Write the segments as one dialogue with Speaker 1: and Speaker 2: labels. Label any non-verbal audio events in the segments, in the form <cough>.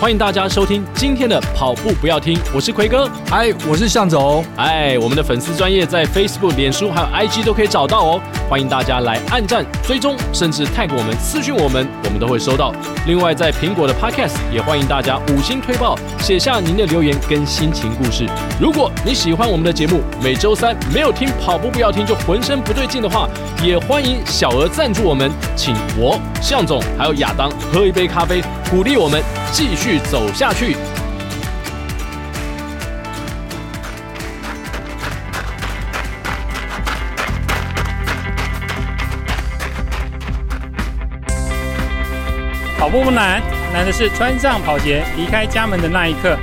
Speaker 1: 欢迎大家收听今天的跑步不要听，我是奎哥。
Speaker 2: 嗨，我是向总。
Speaker 1: 哎，我们的粉丝专业在 Facebook、脸书还有 IG 都可以找到哦，欢迎大家来按赞、追踪，甚至 tag 我们、私讯我们，我们都会收到。另外，在苹果的 Podcast 也欢迎大家五星推报，写下您的留言跟心情故事。如果你喜欢我们的节目，每周三没有听跑步不要听就浑身不对劲的话，也欢迎小额赞助我们，请我向总还有亚当喝一杯咖啡，鼓励我们继续走下去。
Speaker 3: 跑步不难，难的是穿上跑鞋离开家门的那一刻。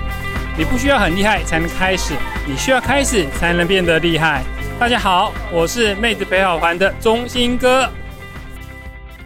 Speaker 3: 你不需要很厉害才能开始，你需要开始才能变得厉害。大家好，我是妹子陪好玩的中心哥。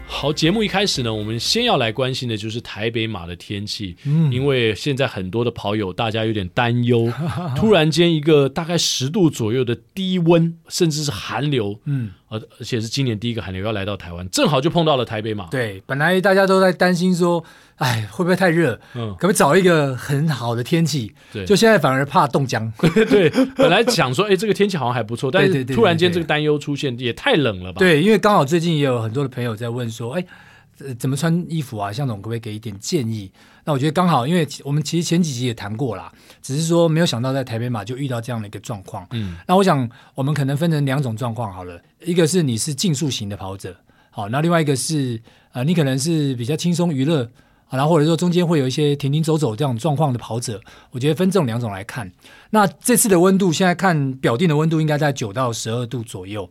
Speaker 1: 好，节目一开始呢，我们先要来关心的就是台北马的天气，
Speaker 2: 嗯
Speaker 1: 因为现在很多的跑友大家有点担
Speaker 2: <laughs>
Speaker 1: 忧，突然间一个大概十度左右的低温，甚至是寒流，
Speaker 2: 嗯，
Speaker 1: 而而且是今年第一个寒流要来到台湾，正好就碰到了台北马，
Speaker 2: 对，本来大家都在担心说，哎，会不会太热？
Speaker 1: 嗯
Speaker 2: 可，不可以找一个很好的天气？
Speaker 1: 对，
Speaker 2: 就现在反而怕冻僵。
Speaker 1: 对， <laughs> 本来想说，哎，这个天气好像还不错，但
Speaker 2: 对
Speaker 1: 是
Speaker 2: 对对
Speaker 1: 突然间
Speaker 2: 对对
Speaker 1: 这个担忧出现，也太冷了吧？，
Speaker 2: 对，因为刚好最近也有很多的朋友在问说，哎，呃怎么穿衣服啊？向总可不可以给一点建议？那我觉得刚好，因为其我们其实前几集也谈过啦，只是说没有想到在台北马就遇到这样的一个状况。
Speaker 1: 嗯，
Speaker 2: 那我想我们可能分成两种状况好了，一个是你是竞速型的跑者，好，那另外一个是呃你可能是比较轻松娱乐，啊，然后或者说中间会有一些停停走走这种状况的跑者，我觉得分这种两种来看。那这次的温度现在看表定的温度应该在九到十二度左右。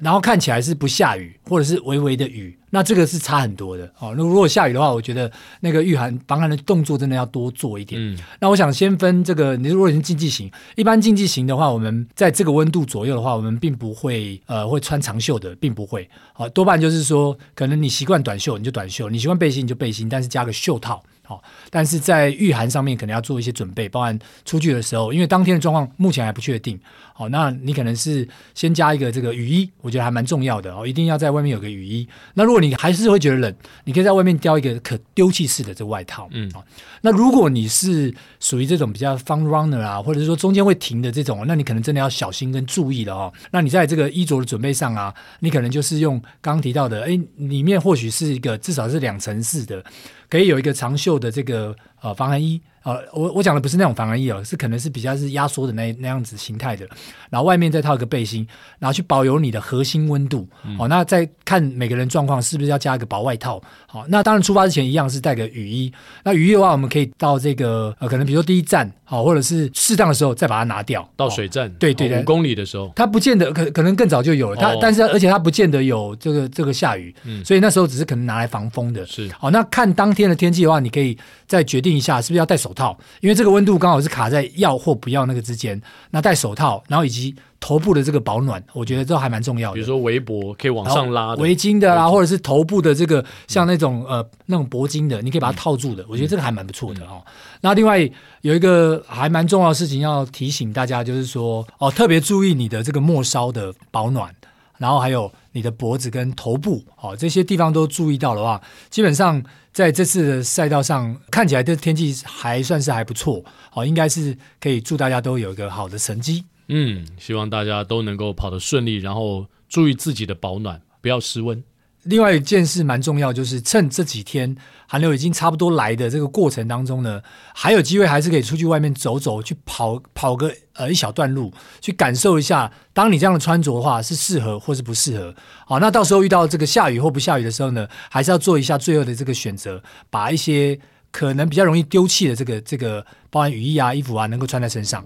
Speaker 2: 然后看起来是不下雨，或者是微微的雨，那这个是差很多的哦。那如果下雨的话，我觉得那个御寒防寒的动作真的要多做一点。
Speaker 1: 嗯，
Speaker 2: 那我想先分这个，你如果是竞技型，一般竞技型的话，我们在这个温度左右的话，我们并不会呃会穿长袖的，并不会。好、多半就是说，可能你习惯短袖你就短袖，你习惯背心你就背心，但是加个袖套。好、但是在御寒上面可能要做一些准备，包含出去的时候，因为当天的状况目前还不确定。好、那你可能是先加一个这个雨衣，我觉得还蛮重要的哦，一定要在外面有个雨衣。那如果你还是会觉得冷，你可以在外面挑一个可丢弃式的这外套。
Speaker 1: 嗯
Speaker 2: 好那如果你是属于这种比较 fun runner 啊，或者是说中间会停的这种，那你可能真的要小心跟注意了哦。那你在这个衣着的准备上啊，你可能就是用刚刚提到的，哎，里面或许是一个至少是两层式的，可以有一个长袖的这个呃防寒衣。呃，我我讲的不是那种防寒衣哦，是可能是比较是压缩的那那样子形态的，然后外面再套一个背心，然后去保有你的核心温度。
Speaker 1: 嗯
Speaker 2: 好、那再看每个人状况是不是要加一个薄外套。好、那当然出发之前一样是带个雨衣，那雨衣的话，我们可以到这个呃，可能比如说第一站，好、或者是适当的时候再把它拿掉。
Speaker 1: 到
Speaker 2: 哦
Speaker 1: 水站，
Speaker 2: 对
Speaker 1: 哦
Speaker 2: 对对
Speaker 1: 五公里的时候，
Speaker 2: 它不见得可可能更早就有了，它、
Speaker 1: 哦
Speaker 2: 但是而且它不见得有这个这个下雨，
Speaker 1: 嗯
Speaker 2: 所以那时候只是可能拿来防风的。
Speaker 1: 是
Speaker 2: 好，那看当天的天气的话，你可以再决定一下是不是要戴手套，因为这个温度刚好是卡在要或不要那个之间。那戴手套，然后以及头部的这个保暖，我觉得都还蛮重要
Speaker 1: 比
Speaker 2: 的
Speaker 1: 如。说围脖可以往
Speaker 2: 然后
Speaker 1: 上拉的，嗯
Speaker 2: 围巾的啊啦，或者是头部的这个像那种呃那种铂金的，你可以把它套住的，我觉得这个还蛮不错
Speaker 1: 嗯
Speaker 2: 的哦。那另外有一个还蛮重要的事情要提醒大家，就是说哦，特别注意你的这个末梢的保暖，然后还有你的脖子跟头部哦这些地方都注意到的话，基本上在这次的赛道上看起来这天气还算是还不错，哦，应该是可以祝大家都有一个好的成绩。
Speaker 1: 嗯，希望大家都能够跑得顺利，然后注意自己的保暖，不要失温。
Speaker 2: 另外一件事蛮重要，就是趁这几天寒流已经差不多来的这个过程当中呢，还有机会还是可以出去外面走走，去跑跑个呃一小段路，去感受一下，当你这样的穿着的话是适合或是不适合。好，那到时候遇到这个下雨或不下雨的时候呢，还是要做一下最后的这个选择，把一些可能比较容易丢弃的这个这个，包含雨衣啊、衣服啊，能够穿在身上。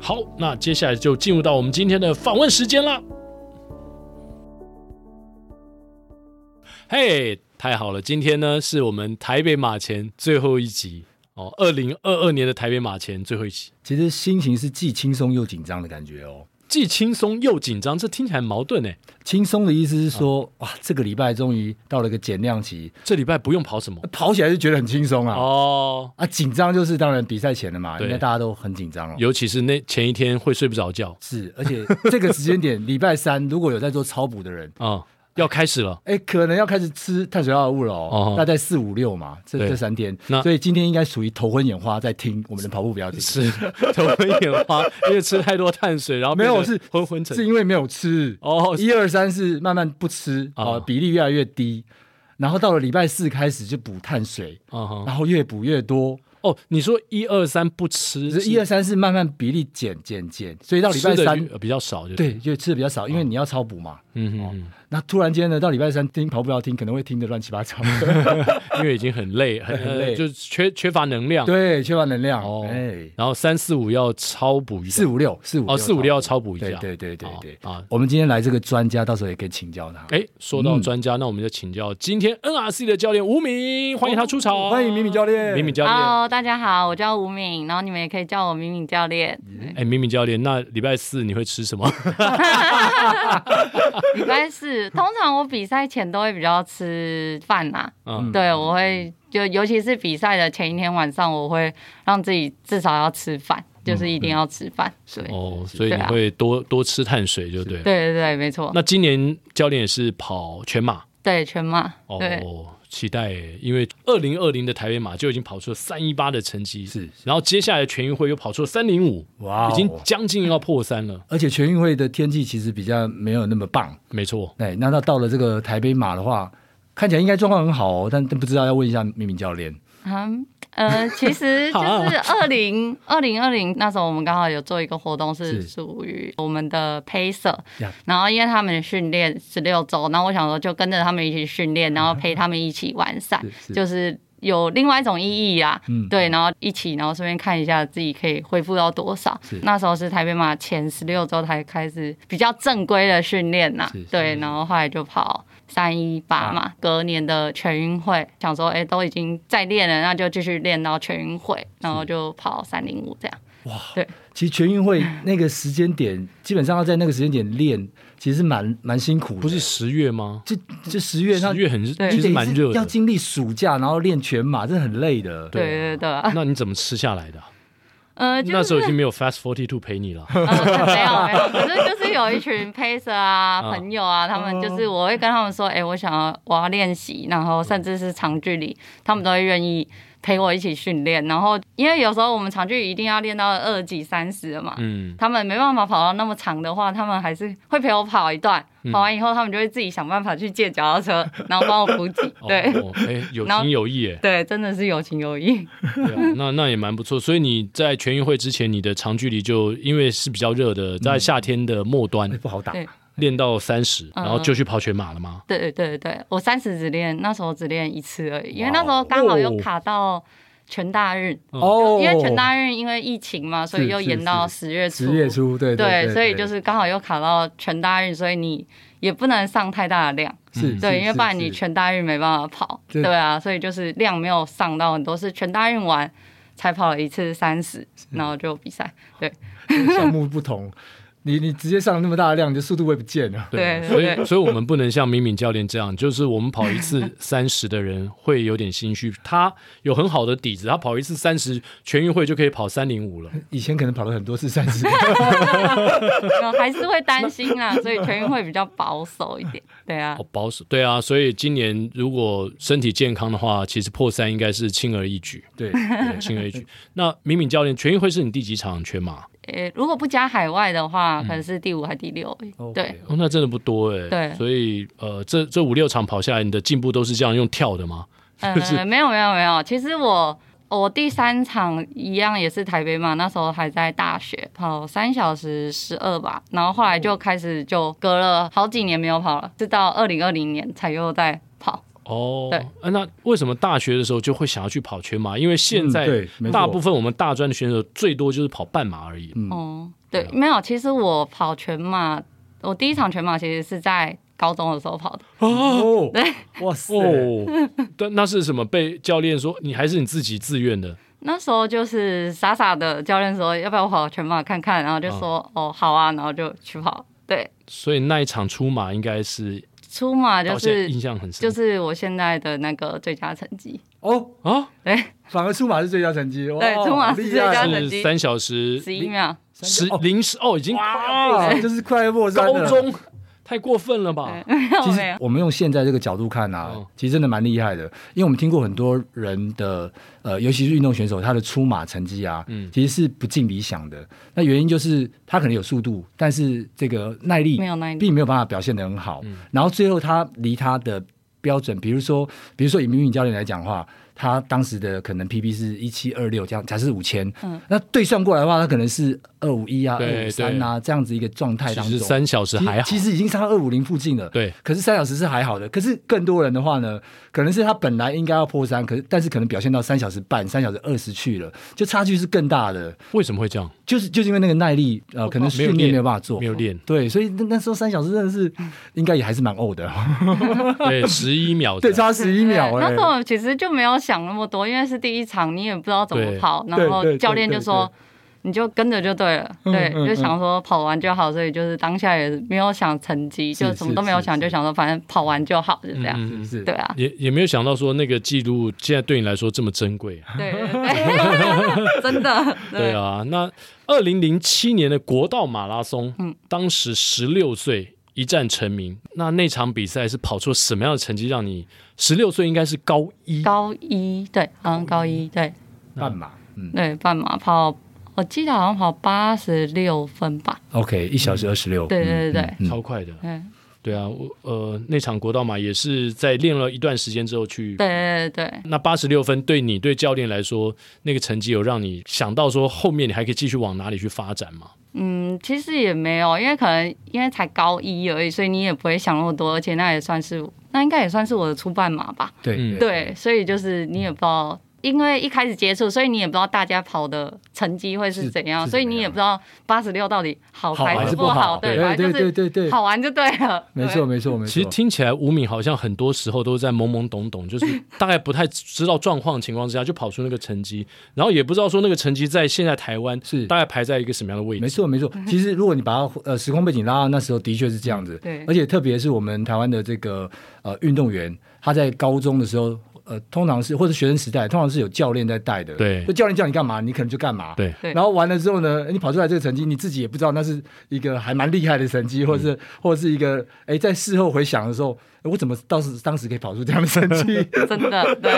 Speaker 1: 好，那接下来就进入到我们今天的访问时间啦。嘿、太好了！今天呢是我们台北马前最后一集哦，二零二二年的台北马前最后一集，
Speaker 4: 其实心情是既轻松又紧张的感觉哦。
Speaker 1: 既轻松又紧张，这听起来很矛盾哎。
Speaker 4: 轻松的意思是说，
Speaker 1: 啊
Speaker 4: 哇，这个礼拜终于到了一个减量期，
Speaker 1: 这礼拜不用跑什么
Speaker 4: 跑起来就觉得很轻松啊。
Speaker 1: 哦，
Speaker 4: 啊，紧张就是当然比赛前的嘛，
Speaker 1: 对
Speaker 4: 应该大家都很紧张哦。
Speaker 1: 尤其是那前一天会睡不着觉 <laughs>
Speaker 4: 是，而且这个时间点，礼拜三如果有在做超补的人，
Speaker 1: 啊、要开始了，
Speaker 4: 哎，可能要开始吃碳水化合物了
Speaker 1: 哦
Speaker 4: 哦，大概四五六嘛，这
Speaker 1: 对
Speaker 4: 这三天
Speaker 1: 那，
Speaker 4: 所以今天应该属于头昏眼花，在听我们的跑步标题。
Speaker 1: <laughs> 是头昏眼花，因为吃太多碳水，然后
Speaker 4: 没有
Speaker 1: 变得
Speaker 4: 是
Speaker 1: 昏昏沉
Speaker 4: 是。因为没有吃
Speaker 1: 哦
Speaker 4: 一二三是慢慢不吃
Speaker 1: 哦
Speaker 4: 哦，比例越来越低，然后到了礼拜四开始就补碳水，
Speaker 1: 啊哈
Speaker 4: 然后越补越多，
Speaker 1: 哦，你说一二三不吃，
Speaker 4: 就是一二三是慢慢比例减减减，所以到礼拜
Speaker 1: 吃得
Speaker 4: 三
Speaker 1: 越哦比较少，就
Speaker 4: 对，哦就吃的比较少，因为你要超补嘛。
Speaker 1: 嗯嗯
Speaker 4: 那突然间呢，到礼拜三听跑步要听，可能会听得乱七八糟， <laughs>
Speaker 1: 嗯，因为已经很累，很
Speaker 4: 很
Speaker 1: 呃
Speaker 4: 累
Speaker 1: 就是缺缺乏能量。
Speaker 4: 对，缺乏能量
Speaker 1: 哦
Speaker 4: 哎，
Speaker 1: 然后三四五要超补一下
Speaker 4: 四，五六四五
Speaker 1: 哦，四五六要超补一
Speaker 4: 对
Speaker 1: 下，
Speaker 4: 对对对
Speaker 1: 哦
Speaker 4: 对。
Speaker 1: 啊。
Speaker 4: 我们今天来这个专家，到时候也可以请教他。
Speaker 1: 哎，说到专家，那我们就请教今天 NRC 的教练吴明，欢迎他出场，
Speaker 4: 哦欢迎敏敏教练，
Speaker 1: 敏敏教练。
Speaker 5: Hello，大家好，我叫吴敏，然后你们也可以叫我敏敏教练。
Speaker 1: 哎，敏敏教练，那礼拜四你会吃什
Speaker 4: <laughs>
Speaker 1: 么？
Speaker 5: 礼拜四，通常我比赛前都会比较吃饭啦、
Speaker 1: 嗯，
Speaker 5: 对，我会就尤其是比赛的前一天晚上，我会让自己至少要吃饭，就是一定要吃饭。对，
Speaker 1: 嗯哦，所以
Speaker 5: 对
Speaker 1: 你
Speaker 5: 啊
Speaker 1: 会多多吃碳水，就对。
Speaker 5: 对对对，没错，
Speaker 1: 那今年教练也是跑全马
Speaker 5: 对全马，对。
Speaker 1: 哦，期待耶，因为二零二零的台北马就已经跑出了三一八的成绩，
Speaker 4: 是，
Speaker 1: 然后接下来全运会又跑出了三零五，
Speaker 4: 哇哦
Speaker 1: 已经将近要破三了，
Speaker 4: 而且全运会的天气其实比较没有那么棒，
Speaker 1: 没错。
Speaker 4: 哎，那到到了这个台北马的话，看起来应该状况很好哦，但但不知道要问一下敏敏教练。
Speaker 5: 嗯，
Speaker 1: <laughs>
Speaker 5: 呃，其实就
Speaker 1: 好啊
Speaker 5: 是二零二零二零那时候，我们刚好有做一个活动，是
Speaker 4: 是
Speaker 5: 属于我们的 pacer，
Speaker 4: Yeah
Speaker 5: 然后因为他们训练十六周，然后我想说就跟着他们一起训练，然后陪他们一起完善，
Speaker 4: 是
Speaker 5: 就是。有另外一种意义啦，
Speaker 4: 嗯
Speaker 5: 对，然后一起，然后顺便看一下自己可以恢复到多少
Speaker 4: 是。
Speaker 5: 那时候是台北马前十六周才开始比较正规的训练呐
Speaker 4: 是是，啊
Speaker 5: 对，然后后来就跑三一八嘛，隔年的全运会，想说哎、诶都已经在练了，那就继续练到全运会，然后就跑三零五这样。
Speaker 4: 其实全
Speaker 1: <laughs>
Speaker 4: 运会那个时间点，基本上要在那个时间点练，其实蛮蛮辛苦的。
Speaker 1: 不是十月吗？
Speaker 4: 就，就就十月那哎
Speaker 1: 十月很
Speaker 5: 对
Speaker 1: 其实
Speaker 4: 你得
Speaker 1: 蛮
Speaker 4: 是
Speaker 1: 热
Speaker 4: 要
Speaker 1: 的，
Speaker 4: 经历暑假，然后练全马，这很累的。
Speaker 5: 对对对，啊
Speaker 1: 那你怎么吃下来的啊？
Speaker 5: 呃，就
Speaker 1: 那时候已
Speaker 5: 是
Speaker 1: 经没有 Fast Forty Two 陪
Speaker 4: <laughs>
Speaker 1: 你了，
Speaker 5: <laughs> 呃没有没有，可是就是有一群 pacer 啊、
Speaker 1: 啊
Speaker 5: 朋友啊，他们就是我会跟他们说，哎、我想要我要练习，然后甚至是长距离，他们都会愿意陪我一起训练。然后因为有时候我们长距离一定要练到二几三十了嘛，
Speaker 1: 嗯，
Speaker 5: 他们没办法跑到那么长的话，他们还是会陪我跑一段，
Speaker 1: 嗯
Speaker 5: 跑完以后他们就会自己想办法去借脚踏车，然后帮我补
Speaker 1: <laughs>
Speaker 5: 给。对、
Speaker 1: 哦，哦哎，有
Speaker 5: 然后
Speaker 1: 情有义
Speaker 5: <laughs>
Speaker 1: 耶，
Speaker 5: 对，真的是有情有义。
Speaker 1: 对啊，那那也蛮不错。所以你在全运会之前，你的长距离就因为是比较热的，在夏天的末端
Speaker 4: 哎不好打。
Speaker 5: 对
Speaker 1: 练到三十，
Speaker 5: 嗯
Speaker 1: 然后就去跑全马了吗？
Speaker 5: 对对对，我三十只练，那时候只练一次而已，因
Speaker 1: 哇哦
Speaker 5: 为那时候刚好又卡到全大运，
Speaker 4: 哦，
Speaker 5: 因为全大运因为疫情嘛，所以又延到十月初。
Speaker 4: 十月初，对
Speaker 5: 对
Speaker 4: 对，
Speaker 5: 所以就是刚好又卡到全大运，所以你也不能上太大的量，
Speaker 4: 是，是
Speaker 5: 对，因为不然
Speaker 4: 是
Speaker 5: 你
Speaker 4: 是
Speaker 5: 全大运没办法跑，
Speaker 4: 对
Speaker 5: 对啊，所以就是量没有上到很多，是全大运完才跑了一次三十，然后就比赛，对
Speaker 4: 项目不同，你你直接上那么大的量，你的速度会不见了。
Speaker 5: 对
Speaker 1: 所
Speaker 5: 对
Speaker 1: 以
Speaker 5: 对
Speaker 1: 所以我们不能像敏敏教练这样，就是我们跑一
Speaker 5: <laughs>
Speaker 1: 次三十的人会有点心虚，他有很好的底子，他跑一次三十全运会就可以跑三零五
Speaker 5: 嗯
Speaker 1: 了。
Speaker 4: 以前可能跑了很多次三十，
Speaker 5: <laughs> 然后还是会担心啊，所以全运会比较保守一点，对啊
Speaker 1: 好，保守，对啊，所以今年如果身体健康的话，其实破三应该是轻而易举，
Speaker 4: 对，
Speaker 5: <laughs>
Speaker 1: 对轻而易举。那敏敏教练，全运会是你第几场全马？
Speaker 5: 诶、如果不加海外的话，可能是第五还第六而已、对，
Speaker 1: 哦，那真的不多哎、
Speaker 5: 对
Speaker 1: 所以呃，这这五六场跑下来，你的进步都是这样用跳的吗？
Speaker 5: 嗯，没有没有没有，其实我我第三场一样也是台北嘛，那时候还在大学跑三小时十二吧，然后后来就开始就隔了好几年没有跑了，直到二零二零年才又在跑。
Speaker 1: 哦，
Speaker 5: 对
Speaker 1: 啊那为什么大学的时候就会想要去跑全马？因为现
Speaker 4: 嗯
Speaker 1: 在
Speaker 4: 对没错
Speaker 1: 大部分我们大专的选手最多就是跑半马而已。
Speaker 4: 嗯
Speaker 5: 哦、对，没有，其实我跑全马，我第一场全马其实是在高中的时候跑的。
Speaker 4: 哦，哇塞，
Speaker 1: 哦， <laughs> 但那是什么？被教练说你还是你自己自愿的？
Speaker 5: 那时候就是傻傻的，教练说要不要我跑全马看看，然后就说、哦好啊，然后就去跑。对，
Speaker 1: 所以那一场出马应该是
Speaker 5: 出马就
Speaker 1: 到现在
Speaker 5: 是
Speaker 1: 印象很深，
Speaker 5: 就是我现在的那个最佳成绩，
Speaker 4: 哦，
Speaker 1: 啊，
Speaker 5: 对
Speaker 4: 反而出马是最佳成绩，哇
Speaker 5: 对出马是
Speaker 4: 厉
Speaker 5: 最佳
Speaker 4: 害
Speaker 5: 成绩
Speaker 1: 是三小时
Speaker 5: 十一秒，
Speaker 1: 十
Speaker 4: 哦
Speaker 1: 零时哦，已经
Speaker 4: 哇，就是快要破三
Speaker 1: 高
Speaker 4: 了。
Speaker 1: 中太过分了吧？
Speaker 5: 我
Speaker 4: 其
Speaker 5: 没
Speaker 4: 实
Speaker 5: 有，
Speaker 4: 我们用现在这个角度看啊
Speaker 1: 嗯，
Speaker 4: 其实真的蛮厉害的，因为我们听过很多人的呃，尤其是运动选手，他的出马成绩啊，
Speaker 1: 嗯
Speaker 4: 其实是不尽理想的。那原因就是他可能有速度，但是这个耐力
Speaker 5: 没有耐力
Speaker 4: 并没有办法表现得很好。
Speaker 1: 嗯
Speaker 4: 然后最后他离他的标准，比如说，比如说以明宇教练来讲的话，他当时的可能 PB 是一七二六这样，才是五千、
Speaker 5: 嗯
Speaker 4: 那对算过来的话，他可能是二五一啊、二
Speaker 1: 对
Speaker 4: 五三啊这样子一个状态
Speaker 1: 其
Speaker 4: 当
Speaker 1: 实
Speaker 4: 中。
Speaker 1: 三小时
Speaker 4: 其
Speaker 1: 还好，
Speaker 4: 其实已经上到二五零附近了。
Speaker 1: 对，
Speaker 4: 可是三小时是还好的，可是更多人的话呢，可能是他本来应该要破三，可是但是可能表现到三小时半、三小时二十去了，就差距是更大的，
Speaker 1: 为什么会这样？
Speaker 4: 就是就是因为那个耐力呃，可能
Speaker 1: 哦没有
Speaker 4: 训
Speaker 1: 练
Speaker 4: 练没有办法做，
Speaker 1: 没。有练
Speaker 4: 对，所以那那时候三小时真的是应该也还是蛮呕
Speaker 1: <laughs>
Speaker 4: 的， <laughs>
Speaker 1: 对，十一秒的
Speaker 4: 对，，差十一秒
Speaker 5: 对
Speaker 4: 哎、
Speaker 5: 那时候我其实就没有想那么多，因为是第一场，你也不知道怎么跑，
Speaker 4: 对
Speaker 5: 然后
Speaker 4: 对对
Speaker 5: 教练
Speaker 4: 对
Speaker 5: 就说。你就跟着就对了，对，
Speaker 4: 嗯
Speaker 5: 就想说跑完就好，所以就是当下也没有想成绩，
Speaker 4: 是
Speaker 5: 就什么都没有
Speaker 4: 是
Speaker 5: 想，
Speaker 4: 是
Speaker 5: 就想说反正跑完就好，就这样，
Speaker 1: 嗯嗯嗯
Speaker 4: 是
Speaker 5: 对啊，
Speaker 1: 也也没有想到说那个记录现在对你来说这么珍贵、啊。
Speaker 5: 对对对，真的，
Speaker 1: 对啊，那二零零七年的国道马拉松，
Speaker 5: 嗯
Speaker 1: 当时十六岁一战成名。那那场比赛是跑出什么样的成绩，让你十六岁应该是高一？
Speaker 5: 高一对，好像高一对
Speaker 4: 半马，嗯
Speaker 5: 对半马跑，我记得好像跑八十六分吧，
Speaker 4: ，OK，一小时二十六，
Speaker 5: 对对对对
Speaker 4: 嗯
Speaker 1: 超快的，
Speaker 5: 对
Speaker 1: 对啊，我呃那场国道马也是在练了一段时间之后去。
Speaker 5: 对对对
Speaker 1: 那八十六分对你对教练来说，那个成绩有让你想到说后面你还可以继续往哪里去发展吗？
Speaker 5: 嗯，其实也没有，因为可能因为才高一而已，所以你也不会想那么多，而且那也算是那应该也算是我的初半马吧，
Speaker 4: 对
Speaker 1: 嗯
Speaker 4: 对
Speaker 5: 对，所以就是你也不知道。因为一开始接触，所以你也不知道大家跑的成绩会是
Speaker 4: 是
Speaker 5: 怎样，
Speaker 4: 是
Speaker 5: 所以
Speaker 4: 怎么
Speaker 5: 你也
Speaker 4: 样
Speaker 5: 不知道八十六到底好
Speaker 4: 好
Speaker 5: 还
Speaker 4: 还
Speaker 5: 是
Speaker 4: 是
Speaker 5: 不
Speaker 4: 不
Speaker 5: 好，
Speaker 4: 好，
Speaker 5: 对，
Speaker 4: 对
Speaker 5: 反正
Speaker 4: 对
Speaker 5: 就是
Speaker 4: 对对对，
Speaker 5: 好玩就对了，
Speaker 4: 没
Speaker 5: 对
Speaker 4: 错没错没错，
Speaker 1: 其实听起来吴敏好像很多时候都在懵懵懂懂，就是大概不太知道状况的情况之下就跑出那个成绩，然后也不知道说那个成绩在现在台湾
Speaker 4: 是
Speaker 1: 大概排在一个什么样的位
Speaker 4: 没
Speaker 1: 置。
Speaker 4: 错，没错。其实如果你把它呃时空背景拉到那时候，的确是这样子。
Speaker 1: 嗯
Speaker 5: 对
Speaker 4: 而且特别是我们台湾的这个呃运动员，他在高中的时候，呃，通常是或者学生时代，通常是有教练在带的。
Speaker 1: 对
Speaker 4: 就教练叫你干嘛，你可能就干嘛。。
Speaker 1: 对，
Speaker 5: 对
Speaker 4: 然后完了之后呢，你跑出来这个成绩，你自己也不知道那是一个还蛮厉害的成绩，或
Speaker 1: 嗯
Speaker 4: 者是、或者是一个哎，在事后回想的时候，诶我怎么当时当时可以跑出这样的成
Speaker 1: <laughs>
Speaker 4: 绩？
Speaker 5: 真
Speaker 4: <laughs>
Speaker 5: 的对。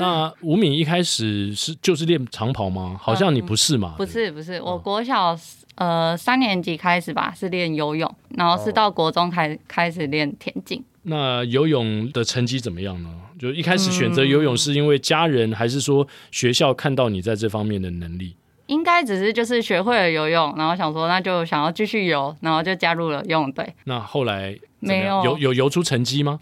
Speaker 1: 那吴敏一开始是就是练长跑吗？好像你不是嘛？
Speaker 5: 嗯不是不
Speaker 4: 哦
Speaker 5: 是，我国小呃三年级开始吧，是练游泳，然后
Speaker 4: 哦
Speaker 5: 是到国中开开始练田径。
Speaker 1: 那游泳的成绩怎么样呢？就一开始选择游泳是因为家人，还是说学校看到你在这方面的能力？
Speaker 5: 应该只是就是学会了游泳，然后想说那就想要继续游，然后就加入了游泳队。
Speaker 1: 那后来怎么
Speaker 5: 没
Speaker 1: 样有
Speaker 5: 有，
Speaker 1: 有游出成绩吗？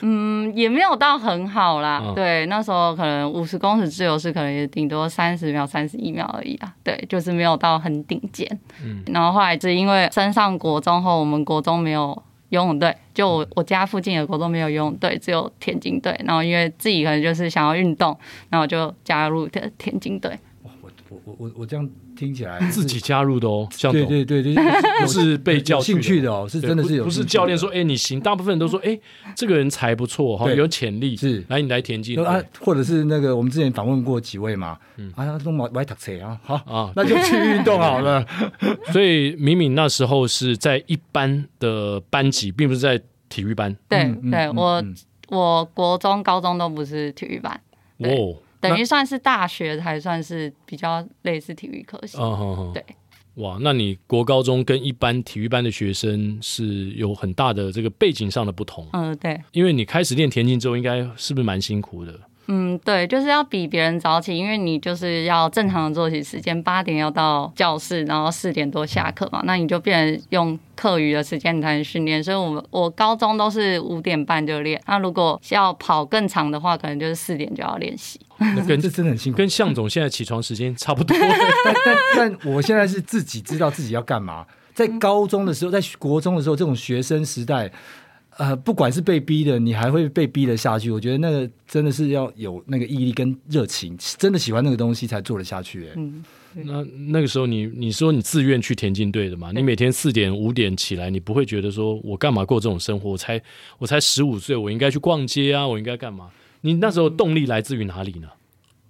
Speaker 5: 嗯，也没有到很好啦。
Speaker 1: 嗯
Speaker 5: 对，那时候可能五十公尺自由式可能也顶多三十秒、三十一秒而已啊。对，就是没有到很顶尖。
Speaker 1: 嗯
Speaker 5: 然后后来是因为升上国中后，我们国中没有游泳队，就我我家附近的国中没有游泳队，只有田径队。然后因为自己可能就是想要运动，然后就加入田田径队。
Speaker 4: 我我我我我这样听起来
Speaker 1: 自己加入的哦，像
Speaker 4: 对对
Speaker 1: <laughs>
Speaker 4: 对对，
Speaker 1: 不
Speaker 4: 就是
Speaker 1: 被教
Speaker 4: 有兴趣的哦，是
Speaker 1: 对
Speaker 4: 真的
Speaker 1: 不
Speaker 4: 是有
Speaker 1: 不是
Speaker 4: 兴趣
Speaker 1: 教练
Speaker 4: 的
Speaker 1: 说，哎、你行，大部分人都说，哎、这个人才不错，哈，
Speaker 4: 对
Speaker 1: 有潜力，
Speaker 4: 是
Speaker 1: 来你来田径
Speaker 4: 就啊
Speaker 1: 对，
Speaker 4: 或者是那个我们之前访问过几位嘛，啊，他都买买读册啊，好，
Speaker 1: 啊，
Speaker 4: 那就去运动好了。
Speaker 1: 所以敏敏那时候是在一般的班级，并不是在体育班，
Speaker 5: 对、
Speaker 4: 嗯嗯
Speaker 5: 对，
Speaker 4: 嗯
Speaker 5: 我、
Speaker 4: 嗯
Speaker 5: 我国中、高中都不是体育班，
Speaker 1: 哇
Speaker 5: 对
Speaker 1: 哦，
Speaker 5: 等于算是大学才算是比较类似体育科系。
Speaker 1: 啊哈哈，
Speaker 5: 对，
Speaker 1: 哇，那你国高中跟一般体育班的学生是有很大的这个背景上的不同，
Speaker 5: 嗯，对。
Speaker 1: 因为你开始练田径之后，应该是不是蛮辛苦
Speaker 5: <laughs>
Speaker 1: 的？
Speaker 5: 嗯，对，就是要比别人早起，因为你就是要正常的作息时间，八点要到教室，然后四点多下课嘛，那你就变成用课余的时间你才能训练。所以我们我高中都是五点半就练，那如果要跑更长的话，可能就是四点就要练习。
Speaker 1: 那跟
Speaker 4: 这真的很辛苦。
Speaker 1: 跟向总现在起床时间差不多，
Speaker 4: 但但但我现在是自己知道自己要干嘛。在高中的时候，在国中的时候，这种学生时代，呃，不管是被逼的，你还会被逼的下去。我觉得那个真的是要有那个毅力跟热情，真的喜欢那个东西才做得下去、欸。
Speaker 5: 嗯，
Speaker 1: 那那个时候你你说你自愿去田径队的嘛？你每天四点五点起来，你不会觉得说我干嘛过这种生活？我才我才十五岁，我应该去逛街啊，我应该干嘛？你那时候动力来自于哪里呢？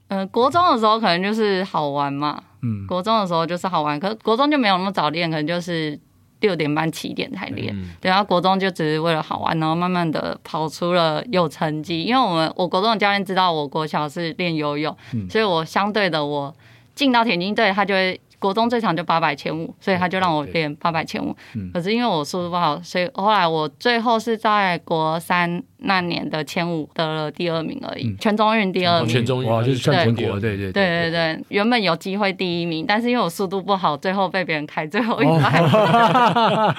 Speaker 5: 呃，国中的时候可能就是好玩嘛，
Speaker 4: 嗯，
Speaker 5: 国中的时候就是好玩，可是国中就没有那么早练，可能就是六点半七点才练。
Speaker 1: 嗯
Speaker 5: 对，然啊后国中就只是为了好玩，然后慢慢的跑出了有成绩。因为我们我国中的教练知道我国小是练游泳，
Speaker 4: 嗯
Speaker 5: 所以我相对的我进到田径队，他就会国中最长就八百千五，所以他就让我练八百千五
Speaker 4: 嗯。
Speaker 5: 可是因为我速度不好，所以后来我最后是在国三那年的千五得了第二名而
Speaker 4: 嗯
Speaker 5: 已，全中运第二
Speaker 1: 哦
Speaker 5: 名。
Speaker 1: 全中运
Speaker 4: 哇，就是算全
Speaker 1: 对
Speaker 4: 国，对对
Speaker 5: 对对对，原本有机会第一名，但是因为我速度不好，最后被别人开最后一
Speaker 4: 哦
Speaker 5: 排。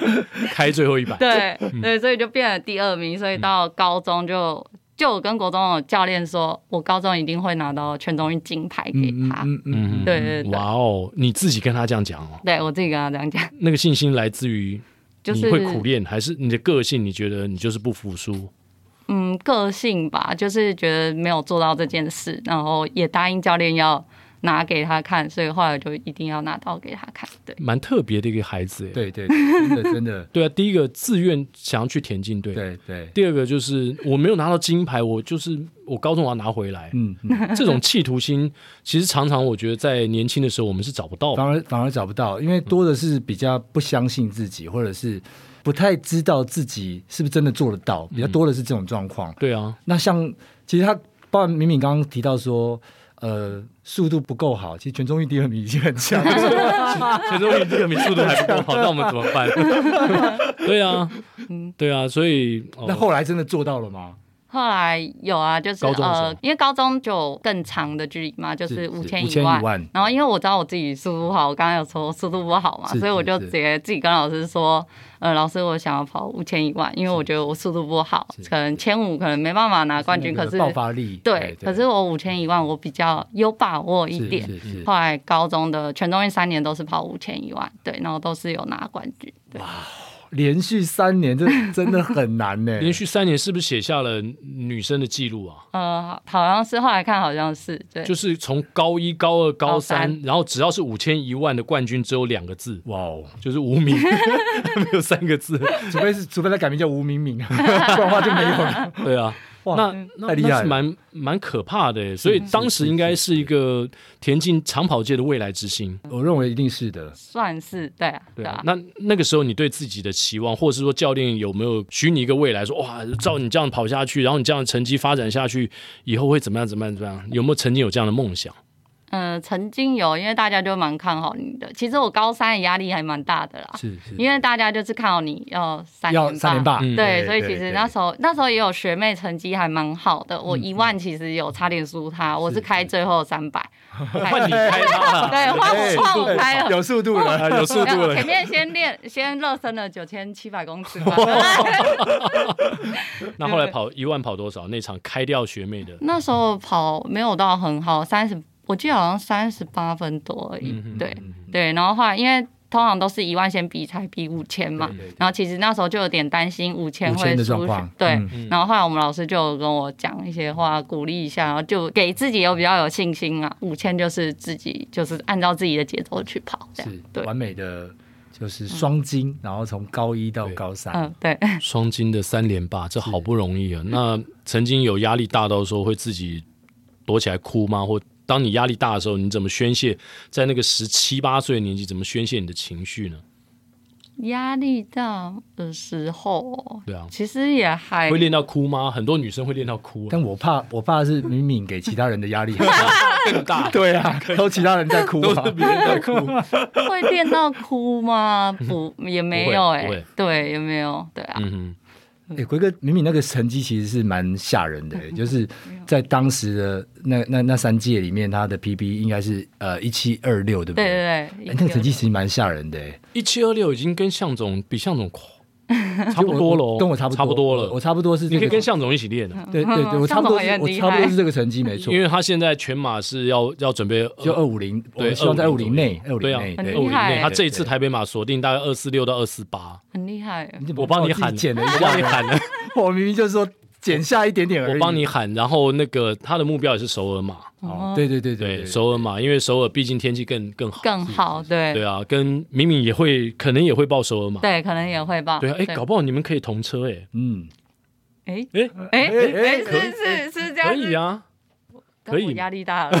Speaker 4: <laughs>
Speaker 1: 开最后一百，
Speaker 5: 对
Speaker 4: 嗯
Speaker 5: 对，所以就变了第二名，所以到高中就就我跟国中的教练说，我高中一定会拿到全中运金牌给
Speaker 4: 嗯
Speaker 5: 他。
Speaker 4: 嗯嗯
Speaker 1: <laughs>
Speaker 4: 嗯
Speaker 1: 嗯
Speaker 5: 对对对
Speaker 1: 哇哦，你自己跟他这样讲哦，
Speaker 5: 对我自己跟他这样讲，
Speaker 1: 那个信心来自于
Speaker 5: 就
Speaker 1: 你
Speaker 5: 是
Speaker 1: 会苦练，还是你的个性？你觉得你就是不服输？
Speaker 5: 嗯个性吧，就是觉得没有做到这件事，然后也答应教练要拿给他看，所以后来我就一定要拿到给他看。对，
Speaker 1: 蛮特别的一个孩子耶。欸
Speaker 4: 对对，真的真的，
Speaker 1: 对啊，第一个自愿想要去田径队，
Speaker 4: 对对，
Speaker 1: 第二个就是我没有拿到金牌，我就是我高中我要拿回
Speaker 5: <laughs>
Speaker 1: 来。
Speaker 4: 嗯，嗯
Speaker 1: 这种企图心，其实常常我觉得在年轻的时候我们是找不
Speaker 5: <laughs>
Speaker 1: 到的。
Speaker 4: 反而反而找不到，因为多的是比较不相信自己，或者是不太知道自己是不是真的做得到，
Speaker 1: 嗯
Speaker 4: 比较多的是这种状况。
Speaker 1: 对啊，
Speaker 4: 那像其实他，包括敏敏刚刚提到说，呃，速度不够好，其实全中运第二名已经很强了。
Speaker 1: 全中运第二名速度还不够好，那我们怎么办？ <laughs> 对啊，
Speaker 5: 嗯
Speaker 1: 对啊，所以、 <laughs> 哦
Speaker 4: 那后来真的做到了吗？
Speaker 5: 后来有啊，就是
Speaker 1: 高中的时候
Speaker 5: 呃，因为高中就有更长的距离嘛，就是五千
Speaker 4: 5000以
Speaker 5: 外。
Speaker 4: 外
Speaker 5: 然后因为我知道我自己速度不好，我刚刚有说速度不好嘛，
Speaker 4: 是
Speaker 5: 所以我
Speaker 4: 是
Speaker 5: 就是直接自己跟老师说，呃，老师，我想要跑五千以外，因为我觉得我速度不好，可能千五可能没办法拿冠军，
Speaker 4: 那
Speaker 5: 可
Speaker 4: 个
Speaker 5: 是
Speaker 4: 爆发力，
Speaker 5: 对，可是我五千以外我比较有把握一
Speaker 4: 是
Speaker 5: 点。
Speaker 4: 是是
Speaker 5: 后来高中的全中运三年都是跑五千以外，对，然后都是有拿冠军。对，
Speaker 4: 连续三年，
Speaker 5: <laughs>
Speaker 4: 这真的很难呢、
Speaker 1: 连续三年是不是写下了女生的记录啊？
Speaker 5: 呃，好像是后来看好像是对，
Speaker 1: 就是从高一、高二、高
Speaker 5: 高
Speaker 1: 三
Speaker 5: 三，
Speaker 1: 然后只要是五千一万的冠军，只有两个字，
Speaker 4: 哇哦，
Speaker 1: 就是无
Speaker 5: <laughs>
Speaker 1: 名， <laughs> 没有三个字。
Speaker 4: 除非是除非他改名叫吴敏敏， <laughs> 不然的话就没有了。
Speaker 1: 对啊，
Speaker 4: 哇
Speaker 1: 那那
Speaker 4: 太厉
Speaker 1: 那
Speaker 4: 害
Speaker 1: 是
Speaker 4: 了
Speaker 1: 蛮蛮可怕的耶，所以当时应该是一个田径长跑界的未来之星。
Speaker 4: 我认为一定是的。
Speaker 5: 算是对啊，
Speaker 1: 对
Speaker 5: 对
Speaker 1: 啊
Speaker 5: 啊，，
Speaker 1: 那那个时候你对自己的期望，或者是说教练有没有许你一个未来说哇，照你这样跑下去，然后你这样的成绩发展下去，以后会怎么样？怎么样？怎么样？有没有曾经有这样的梦想？
Speaker 5: 嗯、曾经有，因为大家就蛮看好你的。其实我高三的压力还蛮大的啦，
Speaker 4: 是是
Speaker 5: 因为大家就是看好你要三
Speaker 4: 要三连霸，
Speaker 1: 嗯
Speaker 5: 对，
Speaker 4: 对
Speaker 5: 所以
Speaker 4: 对
Speaker 5: 其实
Speaker 4: 对嗯
Speaker 5: 那时候那时候也有学妹成绩还蛮好的，我一万其实有差点输她，我是开最后三百，
Speaker 1: 换你开吧，
Speaker 5: 对，换
Speaker 4: 哎
Speaker 5: 我换我开了。
Speaker 4: 有速度了，有速
Speaker 5: 没有前面先练，先热身了九千七百公尺
Speaker 4: <laughs>
Speaker 5: 吧。
Speaker 1: 那后来跑一万跑多少？那场开掉学妹的，
Speaker 5: 那时候跑没有到很好，三十，我记得好像三十八分多而已。
Speaker 1: 嗯
Speaker 5: 对对，然后后来因为通常都是一万先比才比五千嘛，然后其实那时候就有点担心五千
Speaker 4: 五
Speaker 5: 会
Speaker 4: 千的
Speaker 5: 输
Speaker 4: 状
Speaker 5: 血
Speaker 4: 况，
Speaker 5: 对。
Speaker 4: 嗯
Speaker 5: 然后后来我们老师就有跟我讲一些话，鼓励一下，然后就给自己有比较有信心啊。五千就是自己就是按照自己的节奏去跑，这样
Speaker 4: 是
Speaker 5: 对，
Speaker 4: 完美的，就是双金，然后从高一到高三，
Speaker 5: 嗯对。 <laughs>
Speaker 1: 双金的三连霸，这好不容易啊！那曾经有压力大到说会自己躲起来哭吗？或当你压力大的时候，你怎么宣泄？在那个十七八岁的年纪，怎么宣泄你的情绪呢？
Speaker 5: 压力大的时候，
Speaker 1: 对啊，
Speaker 5: 其实也
Speaker 4: 哎
Speaker 5: 还
Speaker 1: 会练到哭吗？很多女生会练到
Speaker 5: 嗯
Speaker 1: 哭、啊，
Speaker 4: 但我怕，我怕是敏敏给其他人的压力很
Speaker 5: <laughs>
Speaker 1: 更大
Speaker 4: 大，对啊，都其他人在哭
Speaker 1: 都
Speaker 4: 啊
Speaker 1: 是，别人在哭。
Speaker 5: 会练到
Speaker 1: <laughs>
Speaker 5: 哭吗？不，也没有哎、
Speaker 1: 不会
Speaker 5: 对，也没有，对啊，
Speaker 1: 嗯哼，
Speaker 4: <laughs> 哎，奎哥，敏敏那个成绩其实是蛮吓人的、
Speaker 5: 嗯
Speaker 4: 就是在当时的那那那三届里面，他的 PB 应该是呃一七二六，对不
Speaker 5: 对
Speaker 4: 哎
Speaker 5: 对对，
Speaker 4: 那个成绩其实蛮吓人的、哎
Speaker 1: 一七二六已经跟向总比向
Speaker 4: <laughs>
Speaker 1: 总快差不多了哦，
Speaker 4: 跟我差不多，
Speaker 1: 差不多
Speaker 4: 我嗯
Speaker 1: 了。
Speaker 4: 差不多是、这
Speaker 1: 你
Speaker 4: 个
Speaker 1: 可以跟向总一起练啊，
Speaker 4: 对对对，我差不多是
Speaker 5: 向导
Speaker 4: 我
Speaker 5: 也很厉害
Speaker 4: 差不多是这个成绩没错
Speaker 1: 因，为他现在全马是要要准备
Speaker 4: 就二五零，我
Speaker 1: 对
Speaker 4: 希望在二五
Speaker 1: 250
Speaker 4: 零内，二五
Speaker 1: 对
Speaker 4: 零
Speaker 1: 啊
Speaker 4: 内，，
Speaker 5: 很
Speaker 1: 二五
Speaker 5: 厉
Speaker 1: 以
Speaker 5: 害
Speaker 1: 内，他这一次
Speaker 4: 对
Speaker 1: 台北马锁定大概二四六到二四八，
Speaker 5: 很厉害欸。
Speaker 1: 我帮你喊了， <laughs>
Speaker 4: 减了一
Speaker 1: 我
Speaker 4: 下
Speaker 1: 帮你，喊了，
Speaker 4: 我明明就说减下一点点而已，
Speaker 1: 我帮你喊。然后那个他的目标也是首尔马，
Speaker 4: 哦，对对对
Speaker 1: 对，
Speaker 4: 对，
Speaker 1: 首尔马，因为首尔毕竟天气更更好，
Speaker 5: 更好，
Speaker 1: 对
Speaker 5: 对
Speaker 1: 啊，跟敏敏也会可能也会报首尔马，
Speaker 5: 对，可能也会吧。
Speaker 1: 对啊，哎，搞不好你们可以同车哎，
Speaker 4: 嗯，
Speaker 5: 哎
Speaker 1: 哎，
Speaker 5: 哎
Speaker 4: 哎
Speaker 5: 哎，
Speaker 4: 可以
Speaker 5: 是是是
Speaker 1: 可
Speaker 5: 这样
Speaker 1: 以
Speaker 5: 子，
Speaker 1: 啊， <laughs>
Speaker 5: 但
Speaker 1: 可以
Speaker 5: 我
Speaker 1: 吗
Speaker 5: 压力
Speaker 1: <laughs>
Speaker 5: 大了。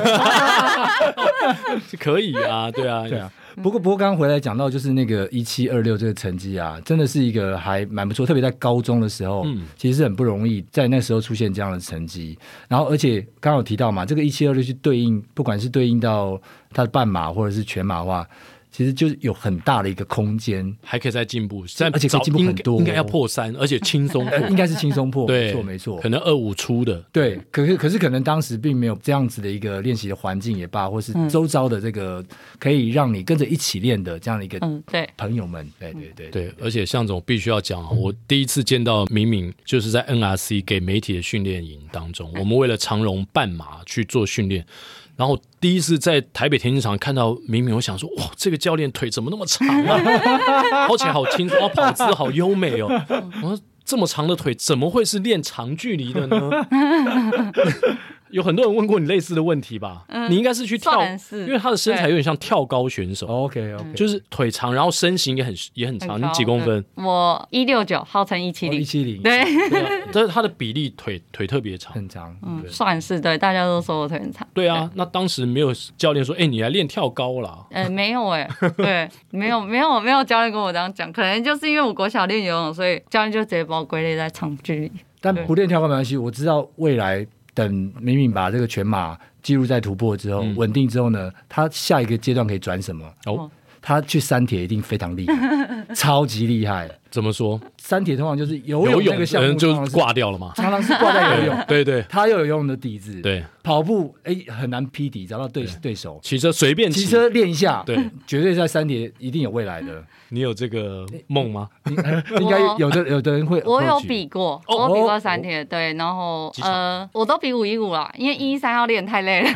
Speaker 1: 是可以啊，对啊，
Speaker 4: 对啊，
Speaker 5: 嗯
Speaker 4: 不过不过刚刚回来讲到就是那个一七二六这个成绩啊，真的是一个还蛮不错，特别在高中的时候，
Speaker 1: 嗯
Speaker 4: 其实是很不容易在那时候出现这样的成绩。然后而且刚刚有提到嘛，这个一七二六去对应，不管是对应到他的半马或者是全马的话，其实就是有很大的一个空间，
Speaker 1: 还可以再进步，再
Speaker 4: 而且可
Speaker 1: 找
Speaker 4: 以进步
Speaker 1: 应
Speaker 4: 很多
Speaker 1: 应该要破三，而且轻
Speaker 4: <laughs>
Speaker 1: 松
Speaker 4: 呃应该是轻松破，
Speaker 1: 对，
Speaker 4: 没错没错
Speaker 1: 可。能二五出的，
Speaker 4: 对，可是可是可能当时并没有这样子的一个练习的环境也罢，或是
Speaker 5: 嗯
Speaker 4: 周遭的这个可以让你跟着一起练的这样的一个
Speaker 5: 嗯，对，
Speaker 4: 朋友们，对对对
Speaker 1: 对，而且向总必须要讲啊，我第一次见到敏敏就是在 NRC 给媒体的训练营当中，我们为了长荣半马去做训练，然后第一次在台北田径场看到敏敏，我想说，哇，这个教练腿怎么那么长啊？跑起来好轻松，啊跑姿好优美哦。我说这么长的腿怎么会是练长距离的呢？有很多人问过你类似的问题吧？你应该是去跳
Speaker 5: 算，是
Speaker 1: 因为他的身材
Speaker 5: 对
Speaker 1: 有点像跳高选手。
Speaker 4: OK
Speaker 5: 嗯
Speaker 4: OK，
Speaker 1: 就是腿长，然后身形也很也很长，你
Speaker 5: 很高
Speaker 1: 几公分？？哦
Speaker 5: 嗯我一六九，号称一七
Speaker 4: 哦一
Speaker 5: 零，
Speaker 4: 七零
Speaker 5: 对，
Speaker 1: 对
Speaker 5: <laughs>
Speaker 1: 啊，但是他的比例腿腿特别长。
Speaker 4: 很哎长，
Speaker 5: 嗯
Speaker 4: 对，
Speaker 5: 算是对，大家都说我腿
Speaker 1: <laughs>
Speaker 5: 很长。
Speaker 1: 对啊，那当时没有教练说，哎、你来练跳高啦。
Speaker 5: 呃，没有哎、对，没有没有没有教练跟我这样讲，可能就是因为我国小练游泳，所以教练就直接把我归类在长距离。
Speaker 4: 但
Speaker 5: 对
Speaker 4: 不练跳高没关系。我知道未来等敏敏把这个全马记录再突破之后，
Speaker 1: 嗯
Speaker 4: 稳定之后呢，他下一个阶段可以转什么？
Speaker 1: 哦
Speaker 5: 哦，
Speaker 4: 他去三铁一定非常厉
Speaker 5: <laughs>
Speaker 4: 害，超级厉害。
Speaker 1: 怎么说？
Speaker 4: 三铁通常就是游
Speaker 1: 游
Speaker 4: 泳
Speaker 1: 泳
Speaker 4: 那个项目，
Speaker 1: 人就
Speaker 4: 通常是
Speaker 1: 挂掉了
Speaker 4: <laughs>
Speaker 1: 嘛。
Speaker 4: 常常是挂在
Speaker 1: <laughs>
Speaker 4: 游泳。
Speaker 1: 对对
Speaker 4: 他又有游泳的底子，
Speaker 1: 对，
Speaker 4: 跑步哎很难匹敌，找到对对手。
Speaker 1: 骑车随便骑
Speaker 4: 骑。车练一下，
Speaker 1: 对，
Speaker 4: 绝对在三铁一定有未来
Speaker 1: <laughs>
Speaker 4: 的。
Speaker 1: 你有这个梦吗？
Speaker 4: 应该有的有的人会，
Speaker 5: 我有，比过，我有比过三
Speaker 4: 哦嗯
Speaker 5: 铁，对，然后
Speaker 1: 几场
Speaker 5: 呃，我都比五一五啦，因为一一三要练
Speaker 4: <laughs>
Speaker 5: 太累了，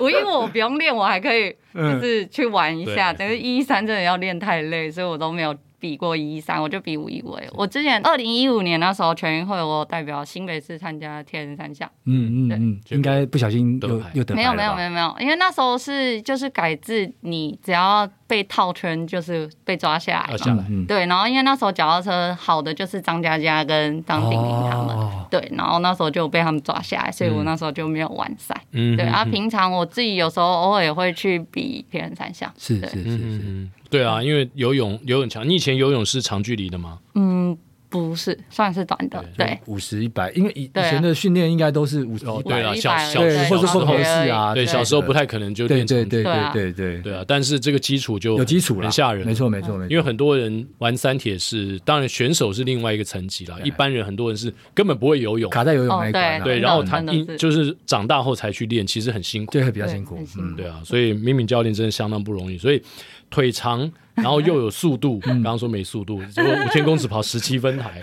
Speaker 5: 五一五我不用练，我还可以
Speaker 4: 嗯
Speaker 5: 就是去玩一下，
Speaker 1: 对
Speaker 5: 但是一一三真的要练太累，所以我都没有。比过一一三，我就比五一五。我之前二零一五年那时候全运会，我有代表新北市参加铁人三项，
Speaker 4: 嗯嗯
Speaker 5: 对
Speaker 4: 嗯，应该不小心
Speaker 1: 得
Speaker 4: 又
Speaker 1: 牌
Speaker 4: 又得
Speaker 5: 没有没有没
Speaker 4: 有，
Speaker 5: 有没有，因为那时候是就是改制，你只要被套圈就是被抓下来
Speaker 1: 要
Speaker 5: 嘛。
Speaker 1: 下来，
Speaker 4: 嗯，
Speaker 5: 对，然后因为那时候脚踏车好的就是张嘉佳跟张鼎鼎他们，
Speaker 4: 哦
Speaker 5: 对，然后那时候就被他们抓下来，所以我那时候就没有完赛。
Speaker 1: 嗯
Speaker 5: 对，啊，
Speaker 1: 嗯
Speaker 5: 平常我自己有时候偶尔也会去比铁人三项，
Speaker 4: 是
Speaker 5: 对
Speaker 4: 是
Speaker 1: 嗯
Speaker 4: 是
Speaker 1: 嗯
Speaker 4: 是，
Speaker 1: 嗯，对啊，因为游泳游泳强，你以前游泳是长距离的吗？
Speaker 5: 嗯，不是，算是短的，对，
Speaker 4: 五十一百，100因为以以
Speaker 5: 对啊
Speaker 4: 前的训练应该都是五十
Speaker 1: 哦
Speaker 4: 一
Speaker 1: 对
Speaker 4: 百，
Speaker 1: 啊
Speaker 5: 100
Speaker 1: 小
Speaker 5: 而已
Speaker 1: 小
Speaker 4: 对，
Speaker 5: 对
Speaker 4: 或是
Speaker 5: 小
Speaker 4: 混合式啊，
Speaker 1: 对，
Speaker 5: 对
Speaker 1: 小时候不太可能就
Speaker 4: 对
Speaker 1: 练
Speaker 4: 对
Speaker 1: 长距
Speaker 4: 对
Speaker 5: 对啊
Speaker 4: 对对对，
Speaker 1: 对啊，但是这个基础就
Speaker 4: 有基础了，
Speaker 1: 很吓人，
Speaker 4: 没错没错没错，
Speaker 1: 因为很多人玩三铁是，当然选手是另外一个层级啦，一般人很多人是根本不会游泳，
Speaker 4: 卡在游泳那一
Speaker 5: 哦
Speaker 4: 关啊，
Speaker 1: 对，
Speaker 5: 真的
Speaker 1: 然后他
Speaker 5: 真的
Speaker 1: 一
Speaker 5: 是
Speaker 1: 就是长大后才去练，其实很辛苦，
Speaker 4: 对，会比较辛
Speaker 5: 对
Speaker 4: 苦
Speaker 5: 很，辛
Speaker 4: 嗯，
Speaker 5: 苦
Speaker 1: 对啊，所以敏敏教练真的相当不容易，所以腿长，然后又有速度，
Speaker 4: 嗯
Speaker 1: 刚刚说没速度，结果五千公尺跑十七分
Speaker 4: <laughs>
Speaker 1: 台，